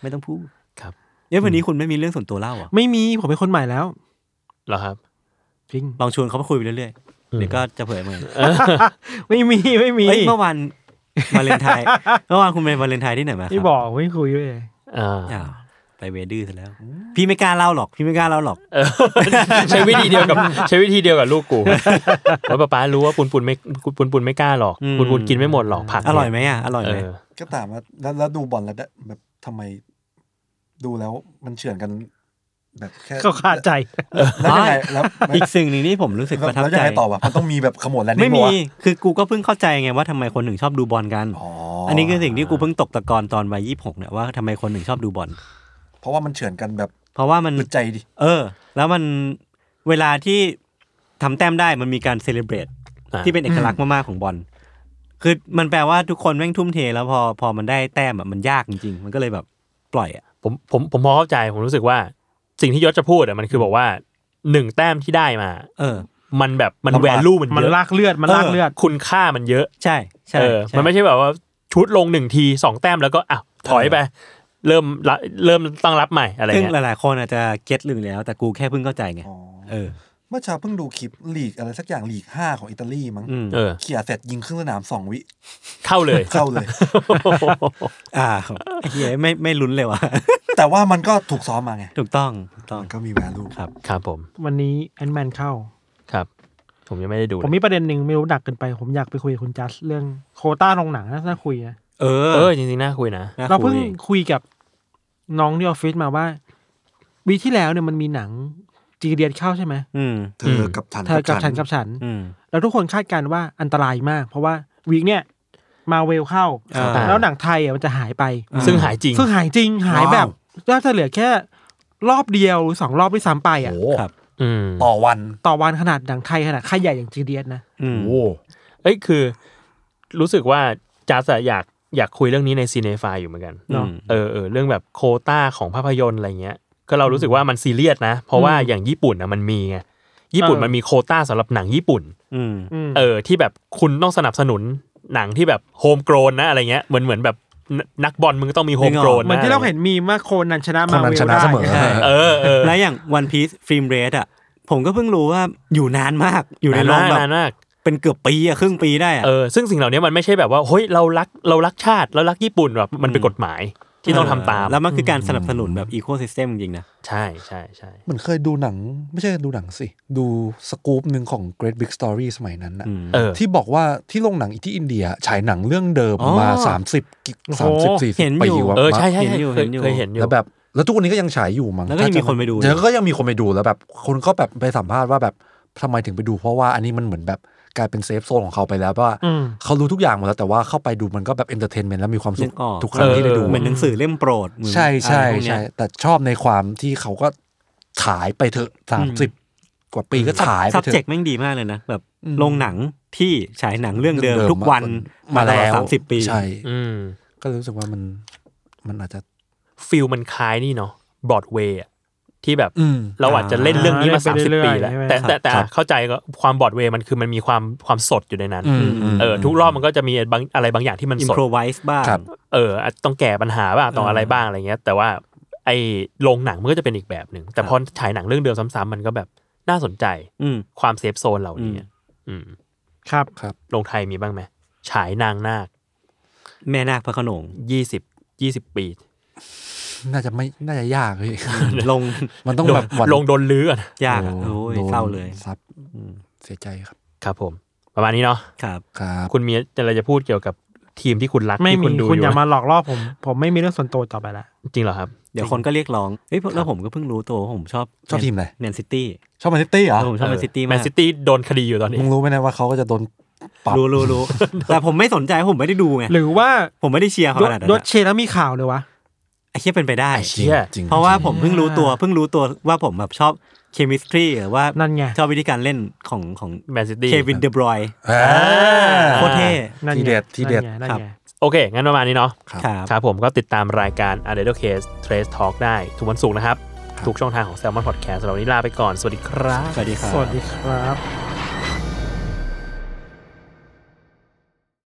[SPEAKER 2] ไม่ต้องพูด
[SPEAKER 3] ครับ
[SPEAKER 2] เอ้ยวันนี้คุณไม่มีเรื่องส่วนตัวเล่าเหรอ่ะ
[SPEAKER 5] ไม่มีผมเป็นคนใหม่แล้ว
[SPEAKER 3] เหรอครับ
[SPEAKER 5] จริง
[SPEAKER 2] ลองชวนเขามาคุยไปเรื่อยๆเดี๋ยวก็จะเผยมาเอง
[SPEAKER 5] ไม่มีไม่มี
[SPEAKER 2] เอ้ยเมื่อวานวาเลนไทน์ เมื่อวานคุณไปวาเลนไทน์ที่ไหนมาค
[SPEAKER 5] ไม่
[SPEAKER 2] รับ
[SPEAKER 5] บอกไม่คุยด้วย
[SPEAKER 3] อ่า
[SPEAKER 2] อ้าวไปเวดื้อซะแล้ว พี่ไม่กล้าเล่าหรอกพี่ไม่กล้าเล่าหรอก
[SPEAKER 3] เออใช้วิธีเดียวกับใช้วิธีเดียวกับลูกกูว่าป๊าป๊ารู้ว่าปุนปุนไม่ปุนปุนไม่กล้าหรอก
[SPEAKER 2] อืม
[SPEAKER 3] ปุนปุนกินไม่หมดหรอกผัก
[SPEAKER 2] อร่อยไหมอ่ะอร่อย
[SPEAKER 3] เอ
[SPEAKER 2] ไหม
[SPEAKER 3] อ
[SPEAKER 6] ก็ถามว่าแล้วแล้วดูบอลแล้วได้แบบทำไมดูแล้วมันเฉือนกัน แบบแค่
[SPEAKER 5] ก็ขาดใจ
[SPEAKER 6] แล้วยังไงแล้ว
[SPEAKER 2] อีกสิ่งหนึ่งที่ผมรู้สึกประทับ
[SPEAKER 6] แล้ว
[SPEAKER 2] ใจ
[SPEAKER 6] ยังไงต่อวะมันต้องมีแบบขโมดแล้ว
[SPEAKER 2] ไม่มีคือกูก็เพิ่งเข้าใจไงว่าทำไมคนถึงชอบดูบอลกัน
[SPEAKER 6] อ๋อ
[SPEAKER 2] อั
[SPEAKER 6] อั
[SPEAKER 2] นนี้คือสิ่งที่กูเพิ่งตกตะกอนตอนวัยยี่หกเนี่ยว่าทำไมคนถึงชอบดูบอล
[SPEAKER 6] เพราะว่ามันเฉือนกันแบบ
[SPEAKER 2] เพราะว่ามัน
[SPEAKER 6] อึดใจดิ
[SPEAKER 2] เออ แล้วมันเวลาที่ทำแต้มได้มันมีการเซเลบรต
[SPEAKER 3] อ่า
[SPEAKER 2] ที่เป็นเอกลักษณ์มาก ๆ ของบอลคือมันแปลว่าทุกคนแม่งทุ่มเท แล้วพอพอมันได้แต้มอะมันยากจริง ๆ มันก็เลยแบบปล่อยอ่ะ
[SPEAKER 3] ผมผมผมพอเข้าใจผมรู้สึกว่า สิ่งที่ยศจะพูดอ่ะมันคือบอกว่าหนึ่งแต้มที่ได้มา
[SPEAKER 2] เออ
[SPEAKER 3] มันแบบมัน
[SPEAKER 2] มัน
[SPEAKER 3] แว
[SPEAKER 2] บาด
[SPEAKER 3] ลูมัน
[SPEAKER 5] มัน
[SPEAKER 3] เยอะ
[SPEAKER 5] ลากเลือดมันลากเลือด
[SPEAKER 3] คุณค่ามันเยอะ
[SPEAKER 2] ใช่ใช่
[SPEAKER 3] เออ
[SPEAKER 2] ใช่
[SPEAKER 3] มันไม่ใช่แบบว่าชุดลงหนึ่งทีสองแต้มแล้วก็อ่ะถอยไป เริ่มละเริ่มตั้งรับใหม่อะไร
[SPEAKER 2] ซึ่ง
[SPEAKER 3] เงี้ย
[SPEAKER 2] หลาย ๆ คนอาจจะเก็ตลืมแล้ว แต่กูแค่เพิ่งเข้าใจไง
[SPEAKER 6] อ๋อ
[SPEAKER 2] เออ
[SPEAKER 6] เมื่อเช้าเพิ่งดูคลิปลีกอะไรสักอย่างลีกห้าของอิตาลีมั้ง
[SPEAKER 2] อืม
[SPEAKER 3] เออ
[SPEAKER 6] เขี่ยเสร็จยิงครึ่งสนามสองวิ
[SPEAKER 3] เข้าเลย
[SPEAKER 6] เข้าเลย
[SPEAKER 2] อ่าเฮียไม่ไม่ลุ้นเลยว่ะ
[SPEAKER 6] แต่ว่ามันก็ถูกซ้อมมาไง
[SPEAKER 2] ถูกต้องถูกต้อง
[SPEAKER 6] มันก็มีแวลู
[SPEAKER 2] ครับ
[SPEAKER 3] ครับผม
[SPEAKER 5] วันนี้แอนแมนเข้า
[SPEAKER 3] ครับ ผมยังไม่ได้ดู
[SPEAKER 5] ผม
[SPEAKER 3] เลย
[SPEAKER 5] มีประเด็นหนึ่งไม่รู้หนักเกินไป ผมอยากไปคุยกับคุณจัสเรื่องโควต้าโรงหนังน่าจะคุยนะ
[SPEAKER 2] เออ
[SPEAKER 3] เออจริงๆน่าคุยนะ
[SPEAKER 2] น่
[SPEAKER 5] เราเพิ่ง
[SPEAKER 2] คุย
[SPEAKER 5] คุยกับน้องที่ออฟฟิศมาว่าวีที่แล้วเนี่ยมันมีหนังจีเรียนเข้าใช่ไหม
[SPEAKER 2] อืม
[SPEAKER 6] เธอกับฉัน
[SPEAKER 5] เธอกับฉันกับฉัน
[SPEAKER 2] อืม
[SPEAKER 5] แล้วทุกคนคาดการณ์ว่าอันตรายมาก เพราะว่าวีคเนี่ยมาเวลเข้า
[SPEAKER 2] อ่า
[SPEAKER 5] แล้วหนังไทยอ่ะมันจะหายไป
[SPEAKER 3] ซึ่งหายจริง
[SPEAKER 5] ซึ่งหายจริงหายแบบน่าจะเหลือแค่รอบเดียวหรือสองรอบด้วยซ้ำไปอ่ะ
[SPEAKER 2] ครับ
[SPEAKER 3] อืม
[SPEAKER 6] ต่อวัน
[SPEAKER 5] ต่อวันขนาดหนังไทยขนาดค่ายใหญ่อย่างจีเดียสนะ
[SPEAKER 2] อืม
[SPEAKER 4] โอ้
[SPEAKER 3] เอ้ยคือ รู้สึกว่าจาสอะอยากอยากคุยเรื่องนี้ในซีเนฟาอยู่เหมือนกัน
[SPEAKER 2] อืม
[SPEAKER 3] เออเออเรื่องแบบโควต้าของภาพยนตร์อะไรเงี้ยก็เรารู้สึกว่ามันซีเรียสนะ เพราะว่าอย่างญี่ปุ่นนะมันมีไงญี่ปุ่น
[SPEAKER 5] เออ
[SPEAKER 3] มันมีโควต้าสำหรับหนังญี่ปุ่น
[SPEAKER 2] อืม
[SPEAKER 3] เออที่แบบคุณต้องสนับสนุนหนังที่แบบโฮมโกรนนะอะไรเงี้ยเหมือนเหมือนแบบนนักบอลมึงก็ต้องมีโฮมโกรน
[SPEAKER 5] เหมือนที่เราเห็นมีมว่าโคนันชนะ
[SPEAKER 4] ค
[SPEAKER 5] มา
[SPEAKER 4] นัน
[SPEAKER 5] เวล
[SPEAKER 4] ชนะ
[SPEAKER 5] ได้
[SPEAKER 4] เสมอ
[SPEAKER 5] ไง
[SPEAKER 2] ใช่
[SPEAKER 3] เออเออ
[SPEAKER 2] แล้วอย่างวันพีซฟิล์มเรสอ่ะ ผมก็เพิ่งรู้ว่าอยู่นานมาก อยู่ในโร
[SPEAKER 3] นาง น
[SPEAKER 2] แบ
[SPEAKER 3] มา
[SPEAKER 2] บ
[SPEAKER 3] กนานมาก
[SPEAKER 2] เป็นเกือบปีอะครึ่งปีได้อะ
[SPEAKER 3] เออซึ่งสิ่งเหล่านี้มันไม่ใช่แบบว่าเฮ้ยเรารักเรารักชาติเรารักญี่ปุ่นแบบมันเป็น
[SPEAKER 2] อืม
[SPEAKER 3] กฎหมายที่ต้องทำตาม
[SPEAKER 2] แล้วมันคือการสนับสนุนแบบอีโคซิสเต็มจริงๆนะ
[SPEAKER 3] ใช่ใช่ใช่
[SPEAKER 4] เหมือนเคยดูหนัง ไม่ใช่ดูหนังสิ ดูสกู๊ปหนึ่งของ Great Big Story สมัยนั้นนะ
[SPEAKER 2] อืม
[SPEAKER 3] เออ
[SPEAKER 4] ที่บอกว่าที่โรงหนังที่อินเดียฉายหนังเรื่องเดิม
[SPEAKER 2] อ๋อ
[SPEAKER 4] มา 30กิสามสิบสี่
[SPEAKER 2] เห็
[SPEAKER 4] สิบ
[SPEAKER 2] น
[SPEAKER 4] ปี
[SPEAKER 2] อยู่
[SPEAKER 4] วะ
[SPEAKER 3] เออใช่ใช่
[SPEAKER 2] เห็นอยู่
[SPEAKER 3] เคย
[SPEAKER 2] เห็นอยู่
[SPEAKER 3] เคยเห็นอยู่
[SPEAKER 4] แล้วแบบ แล้วทุกวันนี้ก็ยังฉายอยู่มั้ง
[SPEAKER 2] แล้วก็ยังมีคนไปดู
[SPEAKER 4] เดี๋ยวก็ยังมีคนไปดูแล้วแบบ คนก็แบบไปสัมภาษณ์ว่าแบบทำไมถึงไปดู เพราะว่าอันนี้มันเหมือนแบบกลายเป็นเซฟโซนของเขาไปแล้วเพราะว่า
[SPEAKER 5] อืม
[SPEAKER 4] เขารู้ทุกอย่างหมดแล้วแต่ว่าเข้าไปดูมันก็แบบเอนเตอร์เทนเมนต์แล้วมีความสุ
[SPEAKER 2] นึ
[SPEAKER 4] ข
[SPEAKER 2] กออก
[SPEAKER 4] ทุกครั้งที่ได้ดู
[SPEAKER 2] เหมือนหนังสือเล่มโปรดเหมือน
[SPEAKER 4] ใช่ใช่
[SPEAKER 2] อะไรพวกเนี้
[SPEAKER 4] ใช่
[SPEAKER 2] ย
[SPEAKER 4] แต่ชอบในความที่เขาก็ขายไปเถอะสามสิบกว่าปีก็ขายไปเถอะ
[SPEAKER 2] subject แม่งดีมากเลยนะ แบบ
[SPEAKER 4] อืม
[SPEAKER 2] โรงหนังที่ฉายหนังเรื่องเดิม
[SPEAKER 4] เรื่องเดิม
[SPEAKER 2] ทุกวันมา
[SPEAKER 4] มา
[SPEAKER 2] ตลอด
[SPEAKER 4] แล้ว
[SPEAKER 2] สามสิบปี
[SPEAKER 4] ใช่
[SPEAKER 3] อืม
[SPEAKER 4] ก็รู้สึกว่ามันมันอาจจะ
[SPEAKER 3] ฟิลมันคล้ายนี่เนาะบรอดเวย์ที่แบบ
[SPEAKER 4] อืม
[SPEAKER 3] เราอาจจะเล่นเรื่องนี้มาสามสิบปีแล้วแต่แต่แต่
[SPEAKER 2] ครับ
[SPEAKER 3] เข้าใจก็ความบรอดเวย์มันคือมันมีความความสดอยู่ในนั้น
[SPEAKER 4] อืมม
[SPEAKER 3] เออทุกรอบมันก็จะมีบางอะไรบางอย่างที่มัน
[SPEAKER 2] อิน
[SPEAKER 3] สด
[SPEAKER 2] โ o รไวส์บ้าง
[SPEAKER 4] ครับ
[SPEAKER 3] เอออาจต้องแก้ปัญหาบ้างต้องอะไรบ้างอะไรเงี้ย แต่ว่าไอ้โรงหนังมันก็จะเป็นอีกแบบหนึ่ง
[SPEAKER 2] ค
[SPEAKER 3] แต่
[SPEAKER 2] รับ
[SPEAKER 3] พอฉายหนังเรื่องเดิมซ้ำๆมันก็แบบน่าสนใจ
[SPEAKER 2] อืม
[SPEAKER 3] ความเซฟโซนเหล่านี้
[SPEAKER 2] อืม
[SPEAKER 3] อืม
[SPEAKER 5] ครับ
[SPEAKER 3] โรงไทยมีบ้างไหมฉายนางนาค
[SPEAKER 2] แม่นาคพระโขนง
[SPEAKER 3] ยี่สิบยี่สิบ ปี
[SPEAKER 4] น่าจะไม่น่าจะยากเลย
[SPEAKER 2] ลง
[SPEAKER 4] มันต้องแบบหวั่น
[SPEAKER 3] ลงโดนลื้อก่อน
[SPEAKER 2] ยากอะโอ้ย
[SPEAKER 4] โดน
[SPEAKER 2] เศร้าเลย
[SPEAKER 4] ซับ
[SPEAKER 2] อืม
[SPEAKER 4] เสียใจครับ
[SPEAKER 3] ครับผม ประมาณนี้เนาะ
[SPEAKER 2] ครับ
[SPEAKER 4] ครับ
[SPEAKER 3] คุณมีอะไรจะพูดเกี่ยวกับทีมที่คุณรัก
[SPEAKER 5] ไม่
[SPEAKER 3] ที่
[SPEAKER 5] มี
[SPEAKER 3] คุณดู
[SPEAKER 5] คุณ
[SPEAKER 3] อ
[SPEAKER 5] อย่ ย่ามาหลอกล่อผม ผมไม่มีเรื่องส่วนตัวต่อไปละ
[SPEAKER 3] จริงเหรอครับ
[SPEAKER 2] เดี๋ยวคนก็เรียกร้องเฮ้ยแล้วผมก็เพิ่งรู้ตัวว่าผมชอบ
[SPEAKER 4] ชอบทีมอะไร
[SPEAKER 2] แมนซิตี้
[SPEAKER 4] ชอบแมนซิตี้เหรอ
[SPEAKER 2] ผมชอบแมนซิตี้
[SPEAKER 3] แม
[SPEAKER 2] มาน ก
[SPEAKER 3] ซิตี้โดนคดีอยู่ตอนนี้
[SPEAKER 4] มึงรู้ไหมนะว่าเขาก็จะโดนปรับ
[SPEAKER 2] รู้รู้รู้ แต่ผมไม่สนใจเพราะผมไม่ได้ดูไง
[SPEAKER 5] หรือว่า
[SPEAKER 2] ผมไม่ได้เชียร์เขา
[SPEAKER 5] ย
[SPEAKER 2] ข
[SPEAKER 5] ศ
[SPEAKER 2] นาด
[SPEAKER 5] ย
[SPEAKER 2] นั้
[SPEAKER 5] ศ
[SPEAKER 2] นอะ
[SPEAKER 5] เชยร์แล้วมีข่าวเลยวะ
[SPEAKER 2] ไอ้เชี่ยเป็นไปได้
[SPEAKER 4] จริง
[SPEAKER 3] เชี่ย
[SPEAKER 4] จริง
[SPEAKER 2] เพราะว่าผมเพิ่งรู้ตัวเพิ่งรู้ตัวว่าผมแบบชอบ เคมิสตรีหรือว่า
[SPEAKER 5] นั่นไง
[SPEAKER 2] ชอบวิธีการเล่นของของ
[SPEAKER 3] แมนซิตี้
[SPEAKER 2] เควินเดบรอย
[SPEAKER 4] อ่า
[SPEAKER 2] โคตรเท่
[SPEAKER 5] นั่นไง
[SPEAKER 4] ทีเด็ดทีเด็ด
[SPEAKER 5] นั่นไงนั่นไง
[SPEAKER 3] โอเค งั้นประมาณนี้เนาะ
[SPEAKER 4] ครับ
[SPEAKER 2] ครับ
[SPEAKER 3] ครับผมก็ติดตามรายการ a d e d o Case Trace Talk ได้ ทุกวันศุกร์นะครับ
[SPEAKER 4] ครับ
[SPEAKER 3] ทุกช่องทางของ Salmon Podcast สำหรับวันนี้ลาไปก่อน สวัสดีครับ
[SPEAKER 2] สวัสดีครับ
[SPEAKER 5] สวัสดีครับ